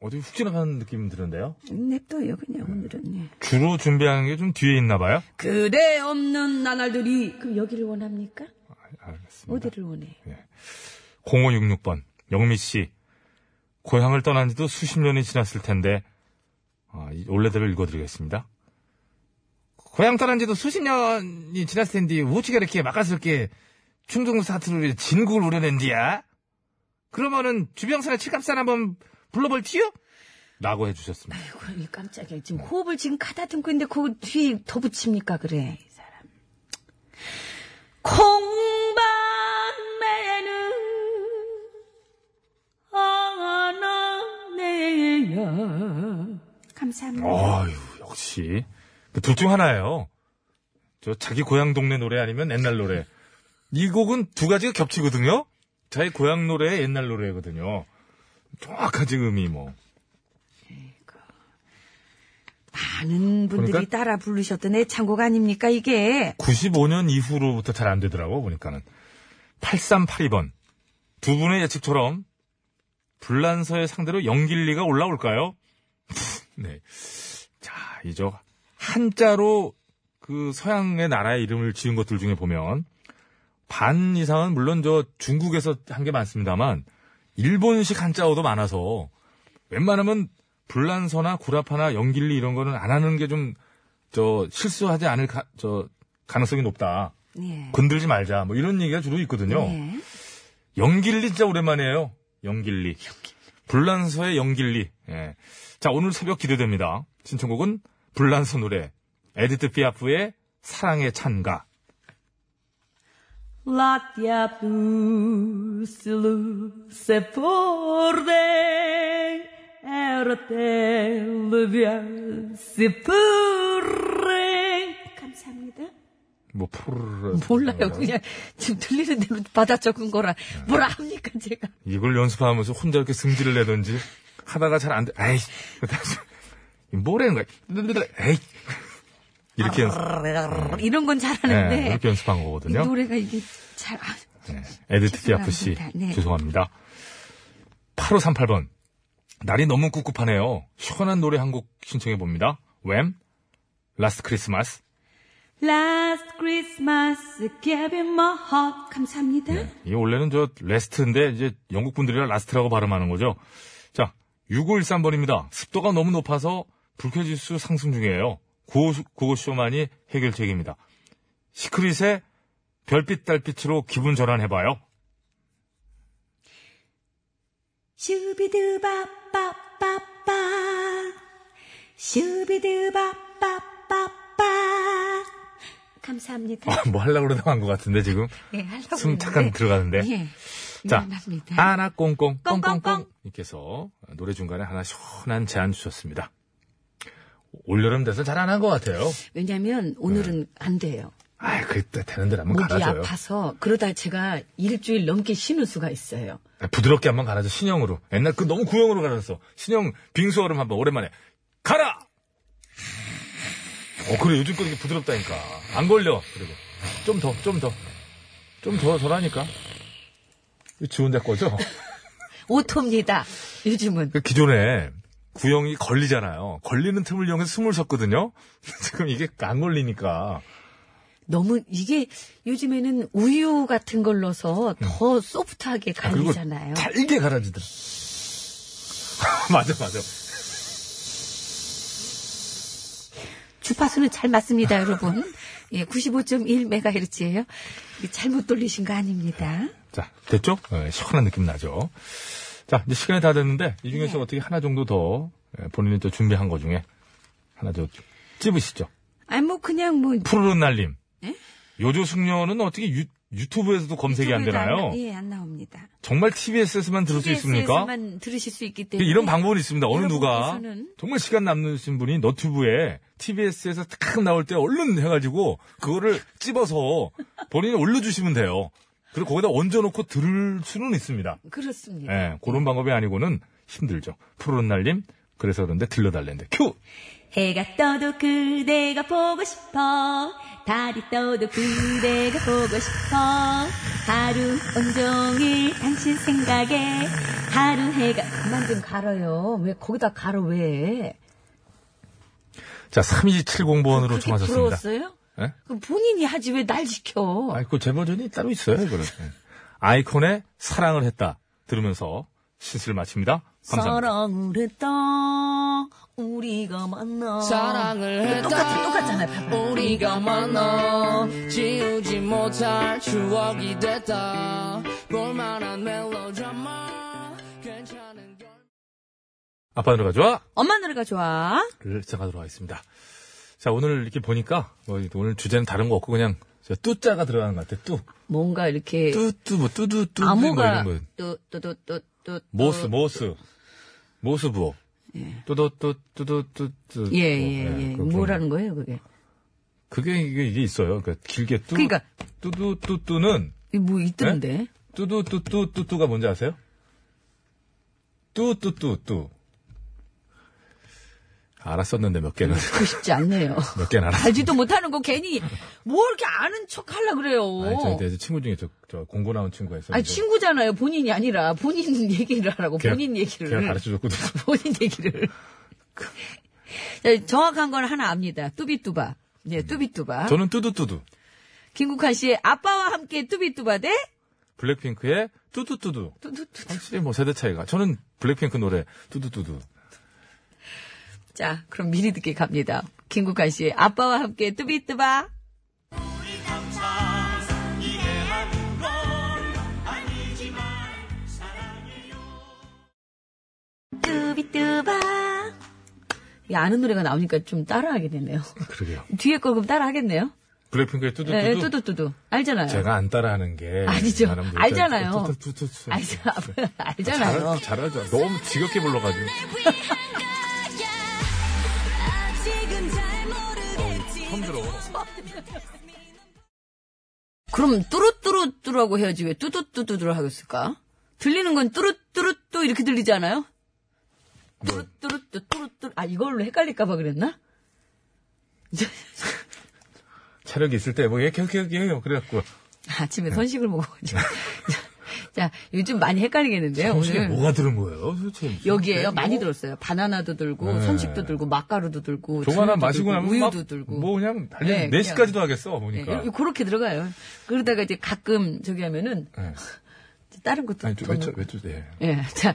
A: 어디 훅 지나가는 느낌 드는데요?
H: 냅둬요 그냥 오늘은. 예.
A: 주로 준비하는 게 좀 뒤에 있나 봐요?
B: 그대 없는 나날들이
H: 그럼 여기를 원합니까?
A: 알겠습니다.
H: 어디를 원해요?
A: 0566번 영미 씨 고향을 떠난 지도 수십 년이 지났을 텐데 아, 이 원래대로 읽어드리겠습니다. 고향 떠난 지도 수십 년이 지났을 텐데 우찌가 이렇게 막아스럽게 충동 사투로 진국을 우려낸디야? 그러면은 주병선의 칠갑산 한번 불러볼 티요? 라고 해주셨습니다.
H: 아이고 깜짝이야. 지금 호흡을 지금 가다듬고 있는데 그 뒤에 더 붙입니까 그래 이 사람.
B: 콩밤에는 안아내야.
H: 감사합니다.
A: 아유 역시 그 둘 중 하나예요. 저 자기 고향 동네 노래 아니면 옛날 노래. 이 곡은 두 가지가 겹치거든요. 자기 고향 노래 옛날 노래거든요. 정확하지 음이 뭐.
H: 많은 분들이
A: 그러니까-
H: 따라 부르셨던 애창곡 아닙니까 이게?
A: 95년 이후로부터 잘 안 되더라고 보니까는 8382번 두 분의 예측처럼 불란서의 상대로 영길리가 올라올까요? [LAUGHS] 네. 자, 이저 한자로 그 서양의 나라의 이름을 지은 것들 중에 보면 반 이상은 물론 저 중국에서 한 게 많습니다만 일본식 한자어도 많아서 웬만하면 불란서나 구라파나 영길리 이런 거는 안 하는 게 좀 저 실수하지 않을 가, 저 가능성이 높다.
H: 예.
A: 건들지 말자. 뭐 이런 얘기가 주로 있거든요.
H: 예.
A: 연길리 진짜 오랜만이에요. 연길리. 불란서의 연길리. 예. 자, 오늘 새벽 기대됩니다. 신청곡은 불란서 노래. 에디트 피아프의 사랑의 찬가.
B: La diabus luce era te luvia si pure.
H: 감사합니다.
A: 뭐, 푸르르.
I: 몰라요. 그냥 지금 들리는 대로 받아 적은 거라 뭐라 합니까 제가.
A: 이걸 연습하면서 혼자 이렇게 승질을 내던지 하다가 잘 안 돼. 에이. 다시. 뭐라는 거야. 에이. 이렇게 연습.
I: 이런 건 잘하는데
A: 예, 이렇게 연습한
I: 이
A: 거거든요.
I: 노래가 이게 잘 아,
A: 네. 에디트 피아프 씨.
H: 죄송합니다. 네.
A: 죄송합니다. 8538번. 날이 너무 꿉꿉하네요. 시원한 노래 한 곡 신청해 봅니다. 웸, 라스트 크리스마스.
B: Last Christmas gave me my heart.
H: 감사합니다.
A: 이게 원래는 저 레스트인데 이제 영국 분들이라 라스트라고 발음하는 거죠. 자, 6513번입니다. 습도가 너무 높아서 불쾌지수 상승 중이에요. 구호, 구호쇼만이 해결책입니다. 시크릿의 별빛 달빛으로 기분 전환해봐요.
H: 슈비드바빠빠빠 슈비드바빠빠빠 감사합니다.
A: 아, 뭐 하려고 그러다 간것 같은데 지금.
H: 예, 하려고
A: 숨 잠깐
H: 했는데.
A: 들어가는데.
H: 예.
A: 자,
H: 미안합니다.
A: 하나 꽁꽁
B: 꽁꽁꽁.
A: 꽁꽁꽁 님께서 노래 중간에 하나 시원한 제안 주셨습니다. 올여름 돼서 잘 안 한 것 같아요. 네.
H: 왜냐면 오늘은 안 돼요.
A: 아, 그때 되는 대로 한번
H: 목이
A: 갈아줘요.
H: 아파서 그러다 제가 일주일 넘게 쉬는 수가 있어요.
A: 아, 부드럽게 한번 갈아줘 신형으로. 옛날 그 너무 구형으로 갈았어. 신형 빙수 얼음 한번 오랜만에 가라. 어 그래 요즘 거 이렇게 부드럽다니까. 안 걸려. 그리고 좀 더, 좀 더, 좀 더 저라니까. 지 혼자 거죠?
H: 오토입니다. 요즘은.
A: 그 기존에 구형이 걸리잖아요. 걸리는 틈을 이용해서 숨을 쉬었거든요. [LAUGHS] 지금 이게 안 걸리니까.
H: 너무 이게 요즘에는 우유 같은 걸 넣어서 더 소프트하게 갈리잖아요.
A: 음. 잘게 갈아지더라. [LAUGHS] 맞아, 맞아.
H: 주파수는 잘 맞습니다, 여러분. 예, 95.1MHz예요. 잘못 돌리신 거 아닙니다.
A: 자, 됐죠? 예, 시원한 느낌 나죠? 자, 이제 시간이 다 됐는데, 이중현
H: 네.
A: 씨가 어떻게 하나 정도 더 예, 본인이 또 준비한 거 중에 하나 더 찝으시죠.
H: 아니 뭐 그냥 뭐
A: 푸르른 날림.
H: 예?
A: 요조 숙녀는 어떻게 유, 유튜브에서도 검색이 안
H: 유튜브에도
A: 되나요?
H: 나- 예, 안 나옵니다.
A: 정말 TBS에서만 들을 수 있습니까? 예,
H: TBS에서만 들으실 수 있기 때문에
A: 이런 방법은 있습니다. 어느 누가
H: 여러분께서는
A: 정말 시간 남으신 분이 너튜브에 TBS에서 탁 나올 때 얼른 해가지고 그거를 찝어서 본인이 올려주시면 돼요. 그리고 거기다 얹어놓고 들을 수는 있습니다.
H: 그렇습니다.
A: 예, 그런 방법이 아니고는 힘들죠. 푸른 날림 그래서 그런데 들러달랜데 큐.
J: 해가 떠도 그대가 보고 싶어 달이 떠도 그대가 보고 싶어 하루 온종일 당신 생각에 하루 해가
H: 그만 좀 갈아요. 왜 거기다 갈아 왜?
A: 자 3270번으로 청하셨습니다.
H: 부러웠어요?
A: 예?
H: 그럼 본인이 하지 왜 날 시켜?
K: 어.
A: 아이 그제 버전이 따로 있어요. 이거는 예. 아이콘의 사랑을 했다 들으면서 신스를 마칩니다. 감사합니다.
J: 사랑을 했다 우리가 만나
D: 사랑을 했다. 우리가 만나 지우지 못할 추억이 됐다. 볼만한 멜로드라마 괜찮은 걸.
A: 아빠 노래가 좋아.
K: 엄마 노래가 좋아.
A: 를 시작하도록 하겠습니다. 자, 오늘 이렇게 보니까, 뭐, 오늘 주제는 다른 거 없고, 그냥, 저 뚜자가 들어가는 것 같아, 뚜.
H: 뭔가 이렇게
A: 뚜뚜, 뭐, 뚜두, 뚜두, 뭐,
K: 암호가 어.
A: 이런 거.
K: 또또또또또
A: 모스, 모스. 모스 부호. 뚜두, 뚜, 뚜두, 뚜, 뚜.
K: 예, 예, 예. 뭐라는
H: 거예요, 그게?
A: 그게, 이게, 이게 있어요. 그러니까, 길게 뚜.
K: 그러니까.
A: 뚜두, 뚜뚜는,
H: 뭐
A: 있던데. 뚜두, 뚜뚜, 뚜뚜가 뭔지 아세요? 뚜뚜뚜, 뚜. 알았었는데, 몇 개는.
B: 듣고 싶지
A: [LAUGHS]
B: 않네요.
A: 몇 개는 알았
B: 알지도 못하는 거 괜히 뭐 이렇게 아는 척 하려 그래요.
A: 아니, 저희 네. 때 이제 친구 중에 저, 저 공고 나온 친구가 있어요.
B: 아니, 친구잖아요. 본인이 아니라 본인 [LAUGHS] 얘기를 하라고 본인 얘기를.
A: 제가 가르쳐 줬거든요.
B: [LAUGHS] 본인 얘기를. 자, 정확한 건 하나 압니다. 뚜비뚜바. 네, 뚜비뚜바.
A: 저는 뚜두뚜두.
B: 김국환 씨의 아빠와 함께 뚜비뚜바 대
A: 블랙핑크의 뚜두뚜두.
B: 뚜두뚜두.
A: 확실히 뭐 세대 차이가. 저는 블랙핑크 노래 뚜두뚜두.
B: 자, 그럼 미리 듣게 갑니다. 김국환 씨의 아빠와 함께 뚜비뚜바.
L: 이해하는 건 아니지만 사랑해요.
H: 뚜비뚜바. 이 아는 노래가 나오니까 좀 따라하게 되네요.
A: 그러게요.
B: [LAUGHS] 뒤에 거 그럼 따라하겠네요.
A: 블랙핑크의
B: 예, 예,
A: 뚜두뚜두.
B: 뚜두뚜두. 알잖아요.
A: 제가 안 따라하는 게
B: 아니죠.
A: 나름 노래
B: 알잖아요.
A: 뚜두뚜두뚜두.
B: 알죠. [LAUGHS] 알잖아요.
A: 잘- 잘하죠. 너무 지겹게 불러가지고.
J: 지금 잘 모르겠지
A: 처음 들어.
B: 그럼 뚜루뚜루뚜라고 해야지 왜 뚜두뚜두를 하고 있을까? 들리는 건 뚜루뚜루뚜 이렇게 들리지 않아요?
A: 네.
B: 뚜루뚜루뚜 뚜루뚜루 아 이걸로 헷갈릴까봐 그랬나?
A: 체력이 있을 때 뭐 예, 계속 계속 해요. 그래갖고.
B: 아침에
A: 네.
B: 선식을 먹어가지고 [LAUGHS] 자 요즘
A: [LAUGHS]
B: 많이 헷갈리겠는데요
A: 정신에
B: 오늘
A: 네. 뭐가 들은 거예요? 네. 도대체.
B: 네. 여기에요 많이 들었어요 바나나도 들고
A: 네.
B: 선식도 들고 막가루도 들고
A: 종 하나
B: 두유도
A: 뭐 마시고
B: 들고,
A: 나면 막
B: 우유도 들고
A: 뭐 그냥 달리
B: 네,
A: 4시까지도 하겠어 보니까.
B: 네, 그렇게 들어가요 그러다가 이제 가끔 저기 하면은
A: 네.
B: 다른 것도
A: 아니 좀
B: 더
A: 외쳐
B: 넣고.
A: 외쳐 예.
B: 예, 자,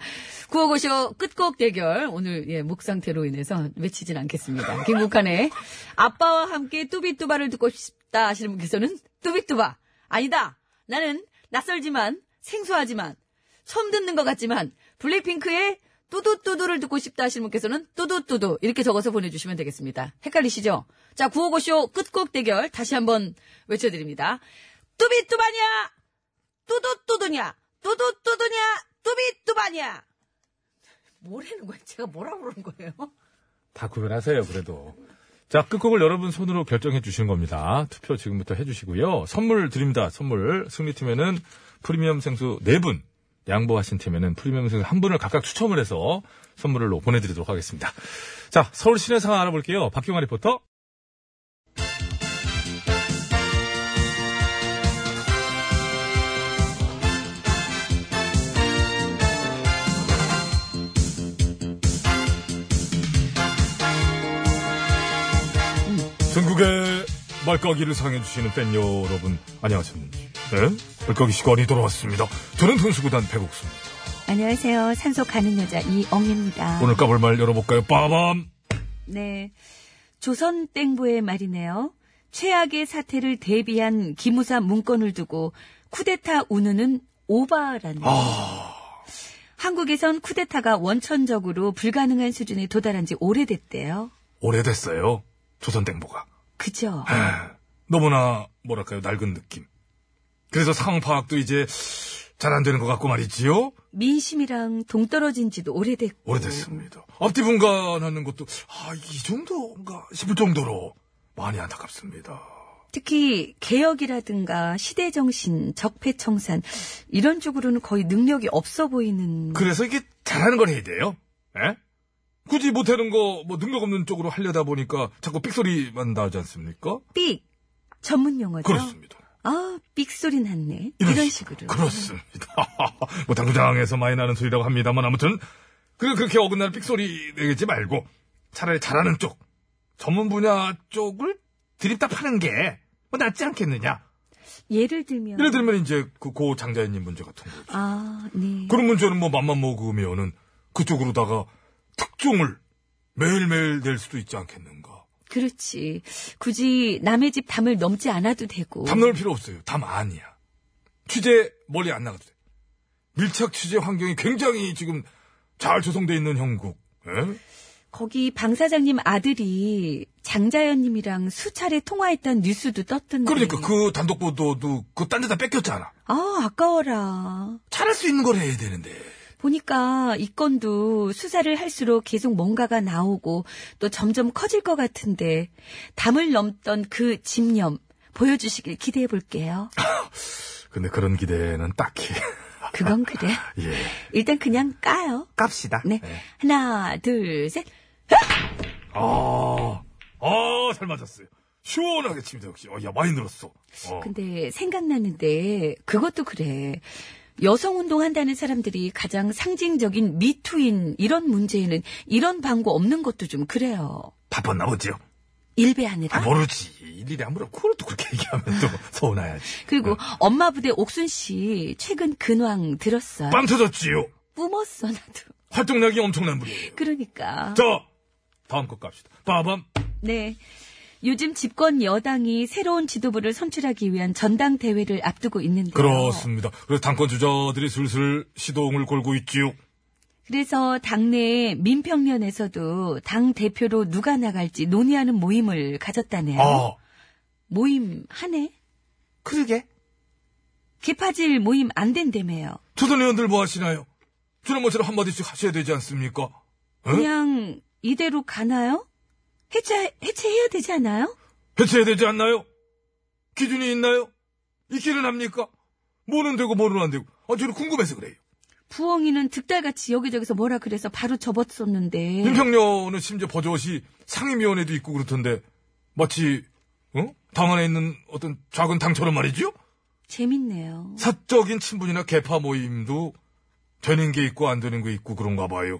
B: 구호고쇼 끝곡 대결. 오늘, 예, 목 상태로 인해서 외치진 않겠습니다. 김국환의 아빠와 함께 뚜비뚜바를 듣고 싶다 하시는 분께서는 뚜비뚜바. 아니다. 나는 낯설지만, 생소하지만, 처음 듣는 것 같지만, 블랙핑크의 뚜두뚜두를 듣고 싶다 하시는 분께서는 뚜두뚜두 이렇게 적어서 보내주시면 되겠습니다. 헷갈리시죠? 자, 구호고쇼 끝곡 대결 다시 한번 외쳐드립니다. 뚜비뚜바냐! 뚜두뚜두냐, 뚜두뚜두냐, 뚜비뚜바냐. 뭐라는 거야? 제가 뭐라 그러는 거예요?
A: 다 구별하세요, 그래도. 자, 끝곡을 여러분 손으로 결정해 주시는 겁니다. 투표 지금부터 해 주시고요. 선물 드립니다. 선물. 승리팀에는 프리미엄 생수 4분, 양보하신 팀에는 프리미엄 생수 1분을 각각 추첨을 해서 선물로 보내드리도록 하겠습니다. 자, 서울 시내 상황 알아볼게요. 박경아 리포터. 전국의 말까기를 상해주시는 팬 여러분, 안녕하십니까. 네? 말까기 시간이 돌아왔습니다. 저는 돈수구단 배국수입니다.
B: 안녕하세요. 산소 가는 여자 이엉입니다.
A: 오늘 까볼 말 열어볼까요? 빠밤!
B: 네. 조선 땡보의 말이네요. 최악의 사태를 대비한 기무사 문건을 두고 쿠데타 운운은 오바라는.
A: 아.
B: 한국에선 쿠데타가 원천적으로 불가능한 수준에 도달한 지 오래됐대요.
A: 오래됐어요. 조선땡보가.
B: 그죠?
A: 네. 너무나, 뭐랄까요, 낡은 느낌. 그래서 상황 파악도 이제 잘 안 되는 것 같고 말이지요?
B: 민심이랑 동떨어진 지도 오래됐고.
A: 오래됐습니다. 앞뒤 분간하는 것도, 아, 이 정도인가 싶을 정도로 많이 안타깝습니다.
B: 특히 개혁이라든가 시대정신, 적폐청산 이런 쪽으로는 거의 능력이 없어 보이는
A: 그래서 이게 잘하는 걸 해야 돼요? 예? 굳이 못하는 거, 뭐, 능력 없는 쪽으로 하려다 보니까 자꾸 삑소리만 나지 않습니까?
B: 삑 전문 용어죠.
A: 그렇습니다.
B: 아, 삑소리 났네.
A: 이런
B: 이런, 식으로.
A: 그렇습니다. [LAUGHS] 뭐, 당구장에서 많이 나는 소리라고 합니다만, 아무튼, 그, 그렇게 어긋나는 삑소리 내겠지 말고, 차라리 잘하는 쪽, 전문 분야 쪽을 드립다 파는 게, 뭐, 낫지 않겠느냐.
B: 예를 들면
A: 예를 들면, 이제, 그, 고 장자연님 문제 같은 거.
B: 아, 네.
A: 그런 문제는 뭐, 맘만 먹으면은, 그쪽으로다가, 특종을 매일매일 낼 수도 있지 않겠는가.
B: 그렇지. 굳이 남의 집 담을 넘지 않아도 되고.
A: 담 넣을 필요 없어요. 담 아니야. 취재 멀리 안 나가도 돼. 밀착 취재 환경이 굉장히 지금 잘 조성돼 있는 형국. 예?
B: 거기 방 사장님 아들이 장자연님이랑 수차례 통화했던 뉴스도 떴던데.
A: 그러니까 그 단독 보도도 그 딴 데다 뺏겼잖아.
B: 아, 아까워라.
A: 잘할 수 있는 걸 해야 되는데.
B: 보니까 이 건도 수사를 할수록 계속 뭔가가 나오고 또 점점 커질 것 같은데 담을 넘던 그 집념 보여주시길 기대해 볼게요.
A: 근데 그런 기대는 딱히. [LAUGHS]
B: 그건 그래.
A: 예.
B: 일단 그냥 까요.
A: 깝시다.
B: 네. 하나, 둘, 셋.
A: 아, 아, 잘 맞았어요. 시원하게 칩니다, 역시. 어, 야, 많이 늘었어. 어.
B: 근데 생각나는데 그것도 그래. 여성 운동한다는 사람들이 가장 상징적인 미투인 이런 문제에는 이런 방구 없는 것도 좀 그래요.
A: 답은 나오지요?
B: 일배하느라.
A: 아, 모르지. 일일이 안 물어. 그걸 또 그렇게 [LAUGHS] 얘기하면 또 서운해야지.
B: 그리고 엄마 부대 옥순 씨 최근 근황 들었어요.
A: 빵 터졌지요.
B: 뿜었어 나도.
A: 활동량이 엄청난 분이에요.
B: 그러니까.
A: 자, 다음 것 갑시다. 빠밤.
B: 네. 요즘 집권 여당이 새로운 지도부를 선출하기 위한 전당 대회를 앞두고 있는데요.
A: 그렇습니다. 그래서 당권 주자들이 슬슬 시동을 걸고 있지요.
B: 그래서 당내 민평련에서도 당 대표로 누가 나갈지 논의하는 모임을 가졌다네요.
A: 아,
B: 모임 하네.
A: 그러게.
B: 개파질 모임 안 된다며요.
A: 초선 의원들 뭐 하시나요? 지난번처럼 한마디씩 하셔야 되지 않습니까? 에?
B: 그냥 이대로 가나요? 해체 해체해야 되지 않아요?
A: 해체해야 되지 않나요? 기준이 있나요? 있기는 합니까? 뭐는 되고 뭐는 안 되고. 아, 저는 궁금해서 그래요.
B: 부엉이는 득달같이 여기저기서 뭐라 그래서 바로 접었었는데.
A: 윤평녀는 심지어 버젓이 상임위원회도 있고 그렇던데 마치 어? 당 안에 있는 어떤 작은 당처럼 말이죠?
B: 재밌네요.
A: 사적인 친분이나 개파 모임도 되는 게 있고 안 되는 게 있고 그런가 봐요.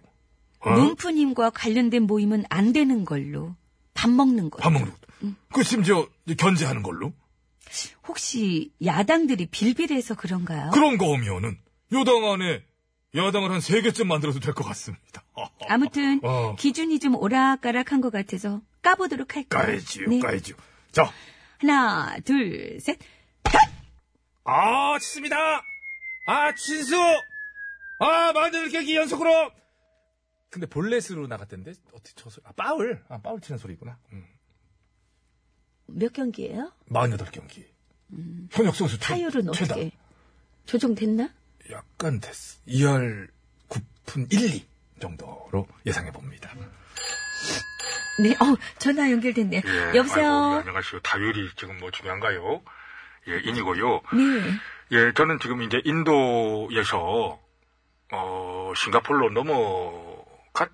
A: 어?
B: 네? 문프님과 관련된 모임은 안 되는 걸로. 밥 먹는 거.
A: 밥 먹는 것도.
B: 음.
A: 그 심지어 이제 견제하는 걸로.
B: 혹시 야당들이 빌빌해서 그런가요?
A: 그런 거면은 여당 안에 야당을 한 세 개쯤 만들어도 될 것 같습니다.
B: 아무튼
A: 어.
B: 기준이 좀 오락가락한 것 같아서 까보도록 할까요?
A: 까야지요,
B: 네.
A: 까야지요. 자,
B: 하나, 둘, 셋.
A: 아, 좋습니다. 아, 진수. 아, 만들 경기 연속으로. 근데 볼넷으로 나갔던데 어떻게 저 소리? 아, 파울. 아, 파울 치는 소리구나. 음.
B: 몇 경기예요?
A: 48경기. 현역 선수 최,
B: 타율은
A: 최다.
B: 음. 어떻게? 조정됐나?
A: 약간 됐어. 2할 9푼 1, 2 정도로 예상해 봅니다.
M: 네, 어, 전화 연결됐네요.
F: 예, 아이고,
M: 여보세요?
F: 예, 안녕하세요. 다율이 지금 뭐 중요한가요?
A: 음.
F: 예, 인이고요.
M: 네.
F: 예, 저는 지금 이제 인도에서 어 싱가폴로 넘어갔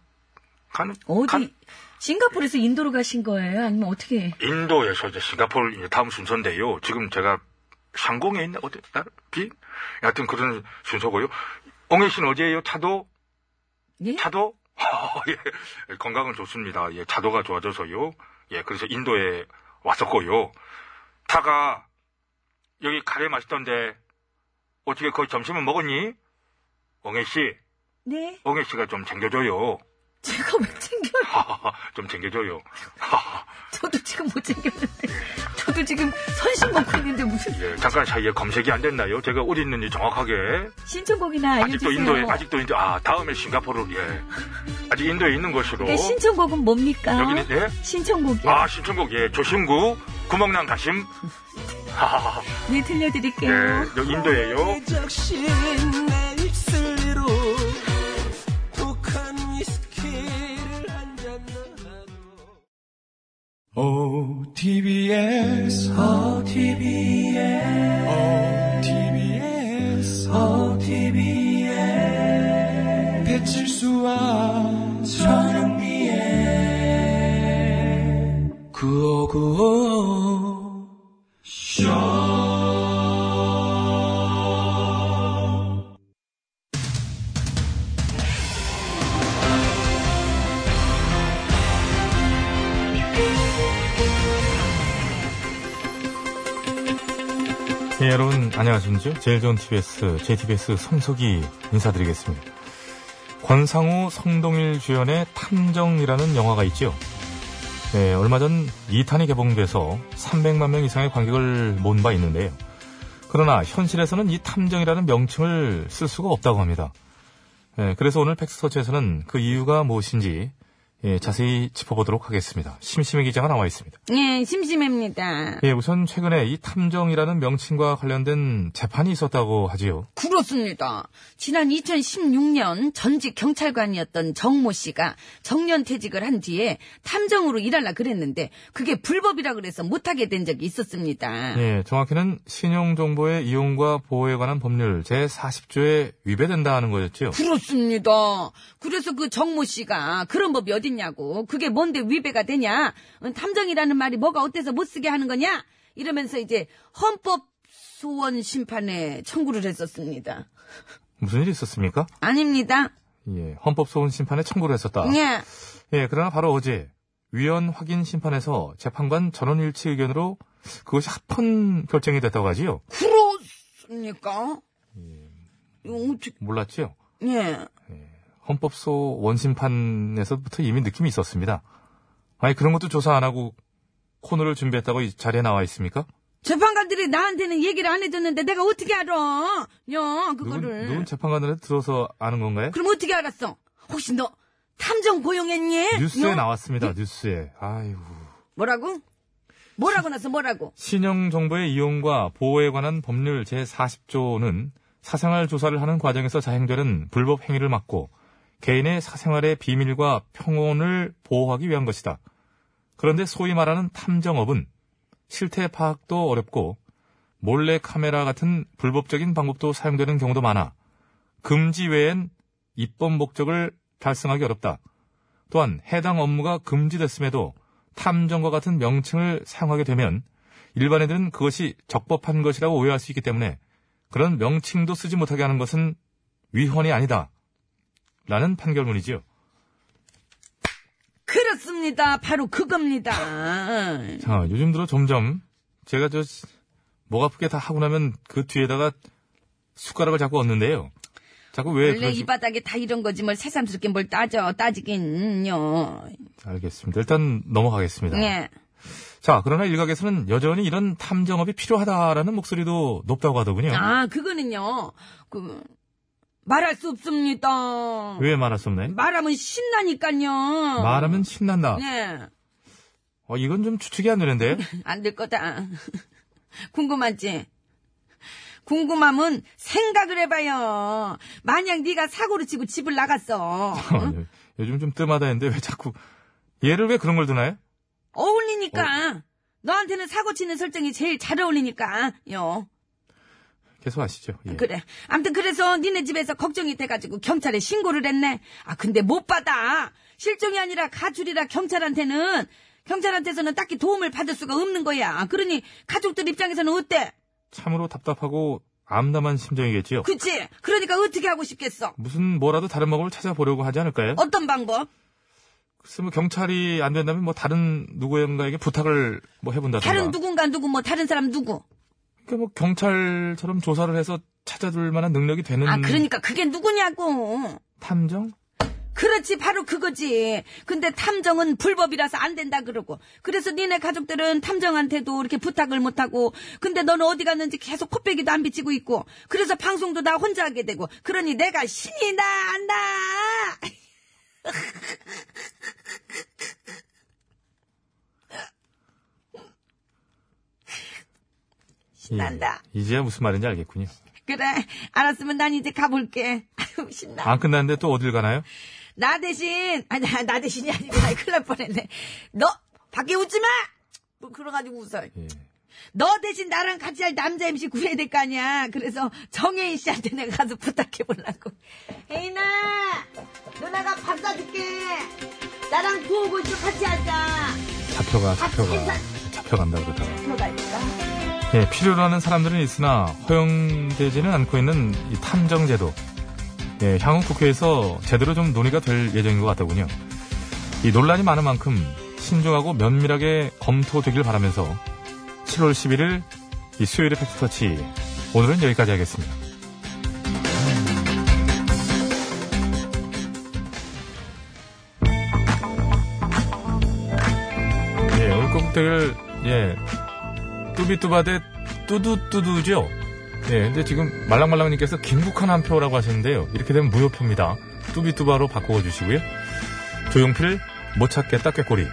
F: 간 [LAUGHS]
M: 어디, 싱가포르에서 인도로 가신 거예요? 아니면 어떻게?
F: 인도에서 이제 싱가폴 이제 다음 순서인데요. 지금 제가 상공에 있는 어디 나라? 비 하여튼 그런 순서고요. 옹혜 씨는 어제요 차도
B: 네?
F: 차도 [LAUGHS] 예, 건강은 좋습니다. 예, 차도가 좋아져서요. 예, 그래서 인도에 왔었고요. 차가 여기 카레 맛있던데 어떻게 거의 점심은 먹었니? 옹혜 씨,
M: 네.
F: 옹혜 씨가 좀 챙겨줘요.
M: 제가 왜 챙겨요?
F: 좀 챙겨줘요. [LAUGHS]
M: 저도 지금 못 챙겼는데. 저도 지금 선심 먹고 있는데 무슨
F: 예, 잠깐 사이에 검색이 안 됐나요? 제가 어디 있는지 정확하게
M: 신청곡이나 알려주세요.
F: 아직도 인도에 아직도 인도 아 다음에 싱가포르 예 아직 인도에 있는 것으로
M: 네, 신청곡은 뭡니까?
F: 여기는 예?
M: 신청곡이요.
F: 아 신청곡 예 조심구 구멍난 가심 하하하
M: 네, 들려드릴게요.
F: 예 여기 인도예요
N: 적신 내 입술로 독한 위스키를 한잔
D: OTBS, OTBS, OTBS, OTBS, 배칠수와 전영미의 9595
A: 예, 여러분 안녕하십니까? 제일 좋은 TBS, JTBS 성석이 인사드리겠습니다. 권상우, 성동일 주연의 탐정이라는 영화가 있죠. 네, 얼마 전 2탄이 개봉돼서 300만 명 이상의 관객을 모은 바 있는데요. 그러나 현실에서는 이 탐정이라는 명칭을 쓸 수가 없다고 합니다. 예, 그래서 오늘 팩스터치에서는 그 이유가 무엇인지 예, 자세히 짚어보도록 하겠습니다. 심심해 기자가 나와 있습니다.
B: 예, 심심합니다.
A: 예, 우선 최근에 이 탐정이라는 명칭과 관련된 재판이 있었다고 하지요.
B: 그렇습니다. 지난 2016년 전직 경찰관이었던 정모 씨가 정년 퇴직을 한 뒤에 탐정으로 일하려 그랬는데 그게 불법이라 그래서 못하게 된 적이
F: 네.
B: 있었습니다.
A: 예, 정확히는 신용정보의 이용과 보호에 관한 법률 제40조에 위배된다는 거였죠.
B: 그렇습니다. 그래서 그 정모 씨가 그런 법이 어딨냐고 그게 뭔데 위배가 되냐 어, 탐정이라는 말이 뭐가 어때서 못 쓰게 하는 거냐 이러면서 이제 헌법 소원 심판에 청구를 했었습니다.
A: 무슨 일이 있었습니까?
B: 아닙니다.
A: 예, 헌법소원 심판에 청구를 했었다.
B: 예.
A: 예, 그러나 바로 어제 위원 확인 심판에서 재판관 전원일치 의견으로 그것이 합헌 결정이 됐다고 하지요.
B: 그렇습니까? 어, 저-
A: 몰랐지요.
B: 예.
A: 헌법소 원심판에서부터 이미 느낌이 있었습니다. 아니 그런 것도 조사 안 하고 코너를 준비했다고 이 자리에 나와 있습니까?
B: 재판관들이 나한테는 얘기를 안 해줬는데 내가 어떻게 알아? 야,
A: 누군,
B: 그거를.
A: 누군 재판관으로 들어서 아는 건가요?
B: 그럼 어떻게 알았어? 혹시 너 탐정 고용했니?
A: 뉴스에
B: 야?
A: 나왔습니다. 뉴스에. 아이고.
B: 뭐라고? 뭐라고 나서 뭐라고?
A: 신용 정보의 이용과 보호에 관한 법률 제40조는 사생활 조사를 하는 과정에서 자행되는 불법 행위를 막고 개인의 사생활의 비밀과 평온을 보호하기 위한 것이다. 그런데 소위 말하는 탐정업은 실태 파악도 어렵고 몰래 카메라 같은 불법적인 방법도 사용되는 경우도 많아 금지 외엔 입법 목적을 달성하기 어렵다. 또한 해당 업무가 금지됐음에도 탐정과 같은 명칭을 사용하게 되면 일반인들은 그것이 적법한 것이라고 오해할 수 있기 때문에 그런 명칭도 쓰지 못하게 하는 것은 위헌이 아니다. 라는 판결문이지요.
B: 그렇습니다. 바로 그겁니다.
A: 자, 네, 요즘 들어 점점 제가 저 목 아프게 다 하고 나면 그 뒤에다가 숟가락을 자꾸 얻는데요. 자꾸 왜
B: 원래
A: 그런
B: 이
A: 식-
B: 바닥에 다 이런 거지 뭘 새삼스럽게 뭘 따져 따지긴요.
A: 알겠습니다. 일단 넘어가겠습니다.
B: 예.
A: 자, 그러나 일각에서는 여전히 이런 탐정업이 필요하다라는 목소리도 높다고 하더군요.
B: 아 그거는요. 그 말할 수 없습니다.
A: 왜 말할 수 없나요?
B: 말하면 신나니까요.
A: 말하면 신난다.
B: 음. 네.
A: 어, 이건 좀 추측이 안 되는데.
B: 안 될 거다. [LAUGHS] 궁금하지? 궁금함은 생각을 해봐요.
A: [LAUGHS]
B: 만약 네가 사고를 치고 집을 나갔어.
A: 예. 요즘 좀 뜸하다 했는데 왜 자꾸 얘를 왜 그런 걸 두나요?
B: 어울리니까. 너한테는 사고 치는 설정이 제일 잘 어울리니까, 요.
A: 계속 아시죠? 예.
B: 그래. 암튼 그래서 니네 집에서 걱정이 돼가지고 경찰에 신고를 했네. 아, 근데 못 받아. 실종이 아니라 가출이라 경찰한테는, 경찰한테서는 딱히 도움을 받을 수가 없는 거야. 그러니 가족들 입장에서는 어때?
A: 참으로 답답하고 암담한 심정이겠지요.
B: 그치? 그러니까 어떻게 하고 싶겠어?
A: 무슨 뭐라도 다른 방법을 찾아보려고 하지 않을까요?
B: 어떤 방법?
A: 글쎄 뭐 경찰이 안 된다면 뭐 다른 누구인가에게 부탁을 뭐 해본다든가.
B: 다른 누군가 누구, 뭐 다른 사람 누구?
A: 그러니까 뭐 경찰처럼 조사를 해서 찾아둘 만한 능력이 되는
B: 아, 그러니까 그게 누구냐고.
A: 탐정?
B: 그렇지, 바로 그거지. 근데 탐정은 불법이라서 안 된다 그러고. 그래서 니네 가족들은 탐정한테도 이렇게 부탁을 못하고. 근데 넌 어디 갔는지 계속 코빼기도 안 비치고 있고. 그래서 방송도 나 혼자 하게 되고. 그러니 내가 신이 나안다 신난다.
A: 예, 이제야 무슨 말인지 알겠군요.
B: 그래, 알았으면 난 이제 가볼게. 아유, 신나.
A: 안 끝났는데 또 어딜 가나요?
B: 나 대신, 아, 나, 나 대신이 아니고, 나 큰일 날 뻔했네. 너, 밖에 웃지 마! 뭐, 그래가지고 웃어.
A: 예.
B: 너 대신 나랑 같이 할 남자 MC 구해야 될 거 아니야. 그래서 정혜인 씨한테 내가 가서 부탁해보려고. 혜인아! 누나가 밥 사줄게! 나랑 구호고 좀 같이 하자!
A: 잡혀가, 잡혀가. 잡혀간다 그러다가.
B: 들어갈까?
A: 예, 필요로 하는 사람들은 있으나 허용되지는 않고 있는 이 탐정제도. 예, 향후 국회에서 제대로 좀 논의가 될 예정인 것 같더군요. 이 논란이 많은 만큼 신중하고 면밀하게 검토되길 바라면서 7월 11일 이 수요일의 팩트터치 오늘은 여기까지 하겠습니다. 예, 오늘 곡들 예 뚜비뚜바 대 뚜두뚜두죠. 예, 근데 지금 말랑말랑님께서 김국한 한 표라고 하시는데요. 이렇게 되면 무효표입니다. 뚜비뚜바로 바꿔 주시고요. 조용필 못 찾겠다 꾀꼬리.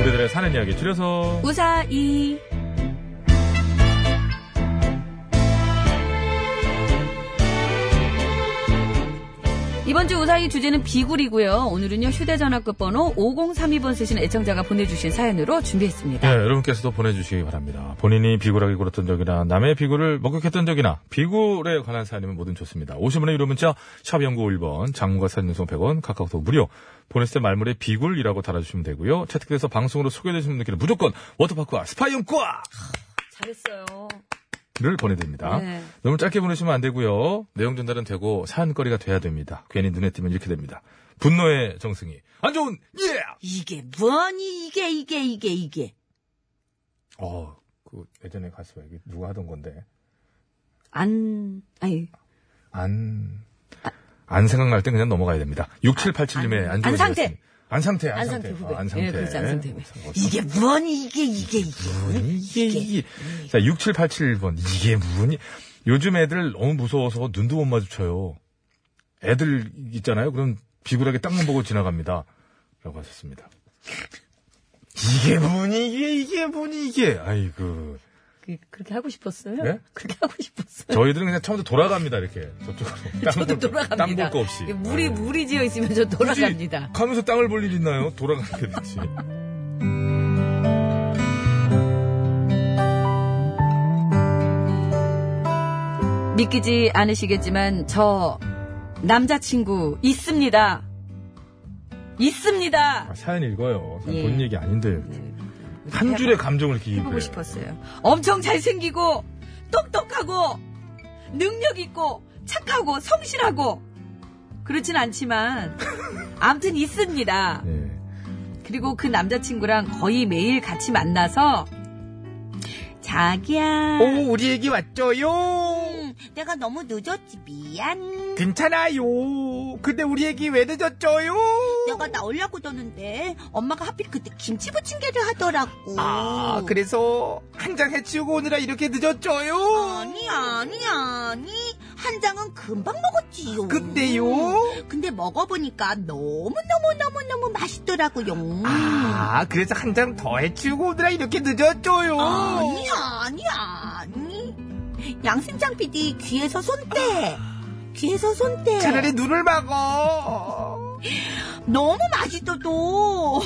A: 우리들의 사는 이야기 줄여서
O: 우사이.
P: 이번 주 우사히 주제는 비굴이고요. 오늘은요 휴대전화 끝번호 5032번 쓰시는 애청자가 보내주신 사연으로 준비했습니다.
A: 예, 여러분께서도 보내주시기 바랍니다. 본인이 비굴하게 굴었던 적이나 남의 비굴을 목격했던 적이나 비굴에 관한 사연이면 뭐든 좋습니다. 50원의 유료 문자 샵 연구 1번 장문과 사진 연속 100원 카카오톡 무료 보냈을 때 말물에 비굴이라고 달아주시면 되고요. 채택돼서 방송으로 소개되시는 분들께는 무조건 워터파크와 스파이용과
P: 잘했어요.
A: 를 보내드립니다.
P: 네.
A: 너무 짧게 보내시면 안 되고요. 내용 전달은 되고 사연거리가 돼야 됩니다. 괜히 눈에 띄면 이렇게 됩니다. 분노의 정승이 안 좋은 예.
B: 이게 뭐니, 이게, 이게, 이게, 이게.
A: 어, 그 예전에 가수 이게 누가 하던 건데
B: 안, 아니,
A: 안. 안 생각날 땐 그냥 넘어가야 됩니다. 6787님의 안, 좋은
B: 아. 안상태.
A: 일이었습니다. 안 상태, 안,
B: 안
A: 상태. 아,
B: 상태 후배.
A: 안 상태.
B: 예, 그렇지, 안 상태 후배.
A: 어,
B: 이게 뭐니, 이게, 이게, 이게.
O: 음,
A: 이게, 이게. 자, 6787번. 이게 뭐니? 요즘 애들 너무 무서워서 눈도 못 마주쳐요. 애들 있잖아요. 그럼 비굴하게 땅만 보고 지나갑니다. 라고 하셨습니다. 이게 뭐니, 이게, 이게 뭐니, 이게. 아이고.
O: 그, 그렇게 하고 싶었어요?
A: 예?
O: 그렇게 하고 싶었어요.
A: 저희들은 그냥 처음부터 돌아갑니다, 이렇게. 저쪽으로. 땅
O: 저도
A: 볼 거-
O: 돌아갑니다.
A: 땅볼 거 없이.
O: 물이, 물이 지어 있으면 저 돌아갑니다.
A: 가면서 땅을 볼 일 있나요? 돌아가게 되지.
P: 믿기지 않으시겠지만 저 남자친구 있습니다. 있습니다.
A: 아, 사연 읽어요.
P: 예.
A: 본 얘기 아닌데. 한 줄의 감정을 이렇게
P: 해보고
A: 입에.
P: 싶었어요. 엄청 잘생기고 똑똑하고 능력 있고 착하고 성실하고 그렇진 않지만 암튼 있습니다.
A: 네. 예.
P: 그리고 그 남자친구랑 거의 매일 같이 만나서 자기야
E: 오, 우리 애기 왔죠요.
B: 내가 너무 늦었지, 미안.
E: 괜찮아요. 근데 우리 애기 왜 늦었죠요?
B: 내가 나오려고 뒀는데 엄마가 하필 그때 김치 부침개를 하더라고.
E: 아, 그래서 한 장 해치우고 오느라 이렇게 늦었죠요.
B: 아니 아니 아니
Q: 한 장은 금방 먹었지요.
E: 근데요?
Q: 근데 먹어보니까 너무너무너무너무 맛있더라고요.
E: 아, 그래서 한 장 더 해치우고 오느라 이렇게 늦었죠요.
Q: 아니야, 아니야, 아니. 양심장 PD 귀에서 손 떼. 귀에서 손 떼.
E: 차라리 눈을 막어.
Q: 너무 맛있어도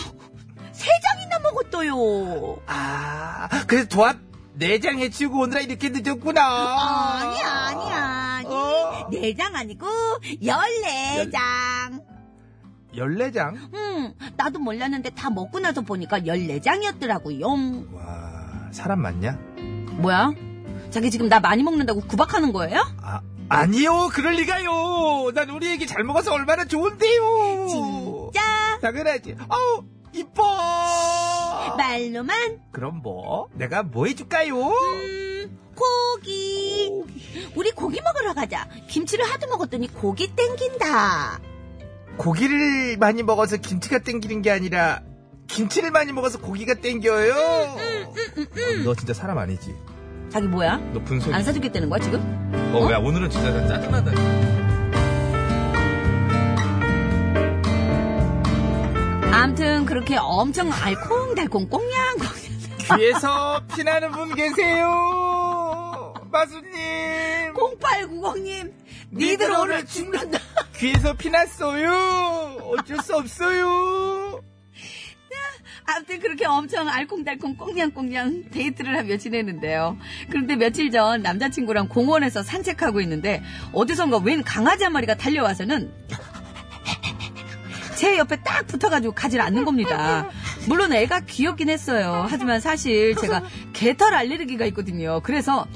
Q: 세 장이나 먹었어요.
E: 아, 그래서 도합 네 장 해치우고 오느라 이렇게 늦었구나.
Q: 아니야, 아니야, 아니.
E: 어.
Q: 네 장 아니고 열네 장.
E: 열네 장?
Q: 음, 나도 몰랐는데 다 먹고 나서 보니까 열네 장이었더라고요.
E: 와, 사람 맞냐?
B: 뭐야? 자기 지금 나 많이 먹는다고 구박하는 거예요?
E: 아, 아니요, 그럴 리가요. 난 우리 애기 잘 먹어서 얼마나 좋은데요.
Q: 진짜?
E: 당연하지. 아우, 이뻐.
Q: 말로만
E: 그럼 뭐? 내가 뭐 해줄까요?
Q: 음.
B: 음,
Q: 고기. 우리 고기 먹으러 가자. 김치를 하도 먹었더니 고기 땡긴다.
E: 고기를 많이 먹어서 김치가 땡기는 게 아니라 김치를 많이 먹어서 고기가 땡겨요. 어, 너 진짜 사람 아니지?
B: 자기 뭐야?
A: 너 분석이.
B: 안 사주겠다는 거야 지금?
A: 어, 야, 오늘은 진짜 나 짜증난다.
B: 암튼 그렇게 엄청 알콩달콩 꽁냥꽁냥 [LAUGHS]
E: 뒤에서 피나는 분 계세요. 마수님.
B: 0890님 니들 오늘 죽는다
E: 귀에서 피났어요. 어쩔 수 없어요.
B: 아무튼 그렇게 엄청 알콩달콩 꽁냥꽁냥 데이트를 하며 지내는데요. 그런데 며칠 전 남자친구랑 공원에서 산책하고 있는데 어디선가 웬 강아지 한 마리가 달려와서는 제 옆에 딱 붙어가지고 가지를 않는 겁니다. 물론 애가 귀엽긴 했어요. 하지만 사실 제가 개털 알레르기가 있거든요. 그래서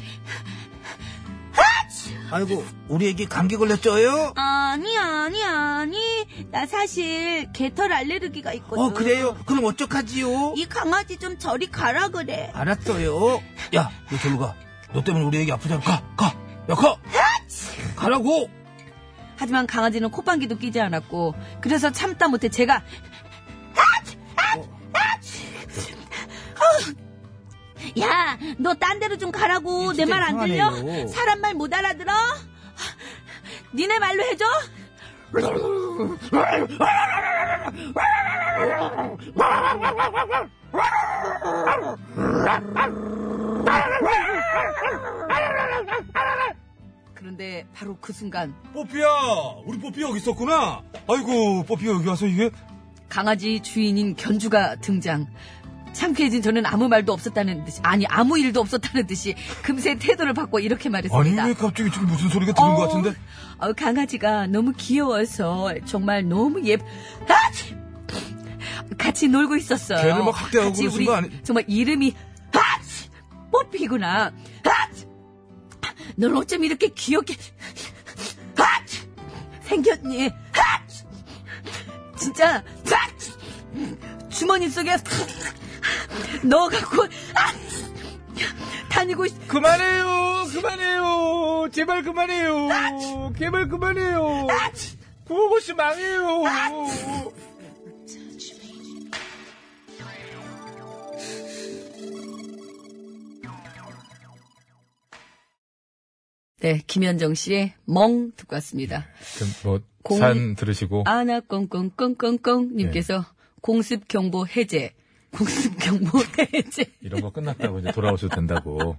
E: 아이고, 우리 애기 감기 걸렸죠요?
Q: 아니, 아니, 아니. 나 사실 개털 알레르기가 있거든.
E: 어, 그래요? 그럼 어떡하지요?
Q: 이 강아지 좀 저리 가라 그래.
E: 알았어요. 야, 너 절로 가. 너 때문에 우리 애기 아프잖아. 가, 가. 야, 가. 가라고.
B: 하지만 강아지는 콧방귀도 끼지 않았고 그래서 참다 못해 제가 아,
E: 어.
B: 아. 어.
Q: 야, 너 딴 데로 좀 가라고. 내 말 안 들려?
E: 이상하네요.
Q: 사람 말 못 알아들어? 니네 말로 해줘?
B: 그런데 바로 그 순간
R: 뽀삐야, 우리 뽀삐 여기 있었구나. 아이고, 뽀삐 여기 와서 이게
B: 강아지 주인인 견주가 등장. 창피해진 저는 아무 말도 없었다는 듯이 아니 아무 일도 없었다는 듯이 금세 태도를 바꿔 이렇게
R: 아니
B: 말했습니다.
R: 왜 갑자기 지금 무슨 소리가 들은 것 같은데?
B: 어, 강아지가 너무 귀여워서 정말 너무 예. 아! 치! 같이 놀고 있었어요.
R: 걔를 막 학대하고
B: 같이
R: 그러신
B: 우리
R: 거 아니-
B: 정말 이름이 아! 치! 뽀삐구나. 아! 치! 널 어쩜 이렇게 귀엽게 아! 치! 생겼니? 아! 치! 진짜 아! 치! 주머니 속에 넣어갖고 아! 치! 다니고 있.
E: 그만해요. 그만해요. 제발 그만해요. 제발 그만해요. 구호고씨 망해요.
B: 네, 김현정 씨의 멍 듣고 왔습니다.
A: 뭐,
B: 공이-
A: 산 들으시고.
B: 아나 꽁꽁꽁꽁꽁
A: 예.
B: 님께서 공습 경보 해제. 공습 경보 [LAUGHS] 해제.
A: 이런 거 끝났다고 이제 돌아오셔도 된다고.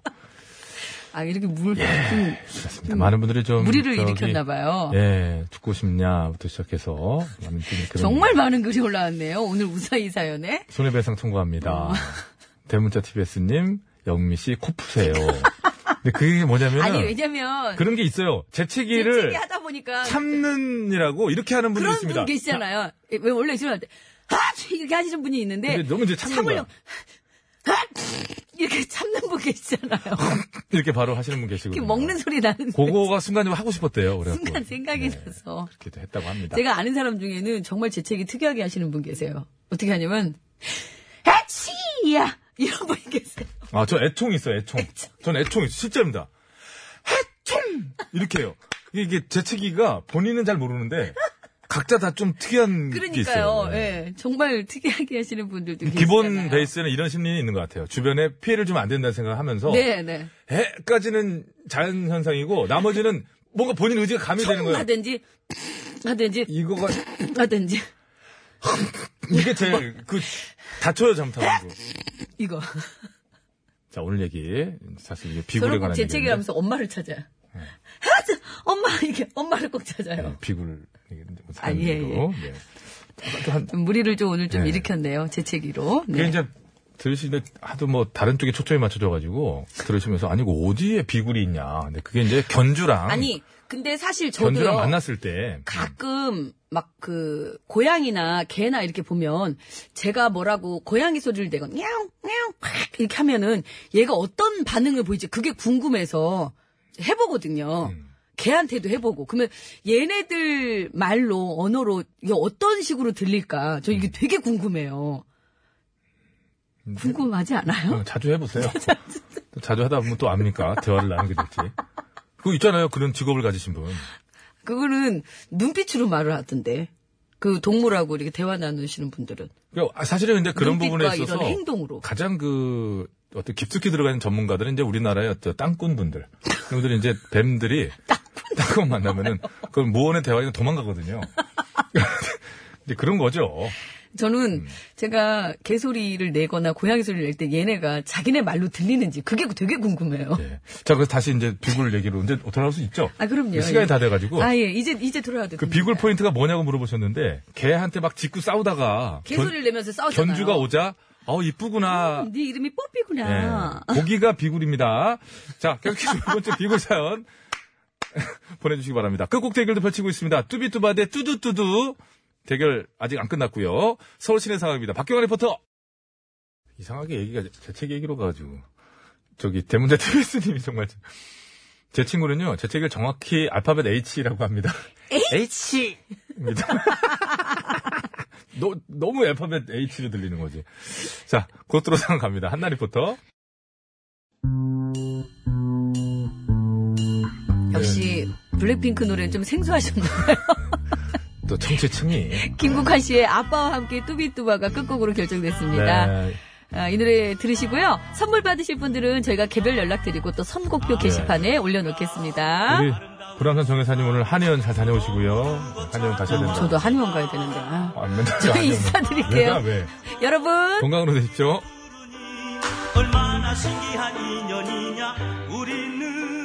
B: 아 이렇게 물 좀
A: 예, 그렇습니다. 많은 분들이 좀.
B: 무리를
A: 저기,
B: 일으켰나 봐요.
A: 예, 죽고 싶냐부터 시작해서. 많은 분이 그런
B: 정말 많은 글이 올라왔네요. 오늘 우사히 사연에.
A: 손해배상
B: 어.
A: 청구합니다. 대문자 TBS님, 영미 씨 코 푸세요. 근데 그게 뭐냐면.
B: 아니 왜냐면
A: 예. 그런 게 있어요. 재채기를
B: 일찍이 하다 보니까
A: 참는이라고 이렇게 하는 분들이
B: 그런
A: 있습니다.
B: 분 계시잖아요. 예, 왜 원래 싫어할 때 아! 이렇게 하시는 분이 있는데
A: 근데 너무 이제 참는 거야.
B: 참으려고 아! 이렇게 참는 분 계시잖아요.
A: 이렇게 바로 하시는 분 계시고.
B: 이렇게 먹는 소리 나는
A: 그거가 순간적으로 하고 싶었대요. 그래갖고.
B: 순간
A: 예.
B: 생각이 나서.
A: 이렇게 했다고 합니다.
B: 제가 아는 사람 중에는 정말 재채기 특이하게 하시는 분 계세요. 어떻게 하냐면, 해치야! 이런 분 계세요.
A: 아, 저 애총 있어요, 애총. 전 애총 있어요. 실제입니다. 해총! 이렇게 해요. 이게, 이게 재채기가 본인은 잘 모르는데, 각자 다 좀 특이한 게 있어요.
B: 그러니까요.
A: 네.
B: 예, 정말 특이하게 하시는 분들도 계시잖아요.
A: 기본 베이스는 이런 심리는 있는 것 같아요. 주변에 피해를 주면 안 된다는 생각을 하면서,
B: 네, 네.
A: 해까지는 자연현상이고, 나머지는 뭔가 본인 의지가 가미되는 거예요.
B: 하든지 하든지
A: 이거가
B: 하든지
A: 이게 제일 그 다쳐요 잠타는 거.
B: 이거
A: 자 오늘 얘기 사실 이게 비굴에
B: 저를 꼭
A: 관한 얘기인데
B: 재채기하면서 엄마를 찾아요. 하자 엄마 이게 엄마를 꼭 찾아요.
A: 네, 비굴 얘기인데 뭐
B: 아, 예,
A: 사람들도, 네. 또 한-
B: 무리를 좀 오늘 좀
A: 네.
B: 일으켰네요. 재채기로.
A: 그게
B: 네.
A: 이제 들으시는데 하도 뭐 다른 쪽에 초점이 맞춰져가지고 들으시면서 아니 이거 어디에 비굴이 있냐. 근데 그게 이제 견주랑
B: 아니 근데 사실
A: 견주랑
B: 저도요.
A: 만났을 때
B: 가끔 막 그 고양이나 개나 이렇게 보면 제가 뭐라고 고양이 소리를 내건 냐옹 냐옹 콱 이렇게 하면은 얘가 어떤 반응을 보이지 그게 궁금해서 해보거든요.
A: 음.
B: 개한테도 해보고 그러면 얘네들 말로 언어로 이게 어떤 식으로 들릴까 저
A: 음.
B: 이게 되게 궁금해요. 궁금하지 않아요?
A: 어, 자주 해보세요.
B: [LAUGHS]
A: 또 자주 하다 보면 또 압니까? 대화를 나누게 될지. 그거 있잖아요. 그런 직업을 가지신 분.
B: 그거는 눈빛으로 말을 하던데 그 동물하고 이렇게 대화 나누시는 분들은
A: 그러니까 아, 사실은 근데 그런 부분에
B: 눈빛과
A: 있어서
B: 이런 행동으로.
A: 가장 그 어떤 깊숙이 들어가는 전문가들은 이제 우리나라의 어떤 땅꾼 분들. 그분들이 이제
B: [LAUGHS]
A: 뱀들이 땅꾼 만나면은 그 무언의 대화에서
B: [LAUGHS]
A: 도망가거든요. 이제 그런 거죠. 음.
B: 저는 제가 개소리를 내거나 고양이 소리를 낼 때 얘네가 자기네 말로 들리는지 그게 되게 궁금해요.
A: 네. 자, 그래서 다시 이제 비굴 얘기로 이제 돌아올 수 있죠.
B: 아 그럼요.
A: 시간이
B: 예.
A: 다 돼가지고.
B: 아 예, 이제 예. 이제 돌아와도
A: 그
B: 됩
A: 비굴 포인트가 뭐냐고 물어보셨는데 걔한테 막 짖고 싸우다가
B: 개소리를 내면서 싸우잖아요.
A: 견주가 오자 아우 이쁘구나
B: 네 이름이 뽀삐구나.
A: 예, 고기가 비굴입니다. 자, 계속해서 두 번째 비굴 사연 [LAUGHS] 보내주시기 바랍니다. 끝곡 대결도 펼치고 있습니다. 뚜비뚜바 대 뚜두뚜두 대결 아직 안 끝났고요. 서울 시내 상황입니다. 박경환 리포터. 이상하게 얘기가 제- 재채기 얘기로 가가지고 저기 대문자 [LAUGHS] TBS님이 정말 좀- 제 친구는요 재채기를 정확히 알파벳 H라고 합니다. H. [LAUGHS] 너, 너무 알파벳 H로 들리는 거지. 자, 고스트로 상 갑니다. 한나 리포터. 네.
B: 역시 블랙핑크 노래는 좀 생소하셨나요? [LAUGHS]
A: 또 청취층이.
B: 김국환 씨의 아빠와 함께 뚜비뚜바가 끝곡으로 결정됐습니다.
A: 네.
B: 아, 이 노래 들으시고요. 선물 받으실 분들은 저희가 개별 연락드리고 또 선곡표 게시판에 올려놓겠습니다.
A: 아, 네. 우리 불안선 정혜사님 오늘 한의원 잘 다녀오시고요. 한의원 다시 해야 된다.
B: 음, 어, 저도 한의원 가야 되는데. 아.
A: 아, 맨날
B: 저희
A: 한의원.
B: 인사드릴게요.
A: 내가
B: [LAUGHS]
A: 왜?
B: 여러분.
A: 건강으로 되십시오.
S: 얼마나 신기한 인연이냐 우리는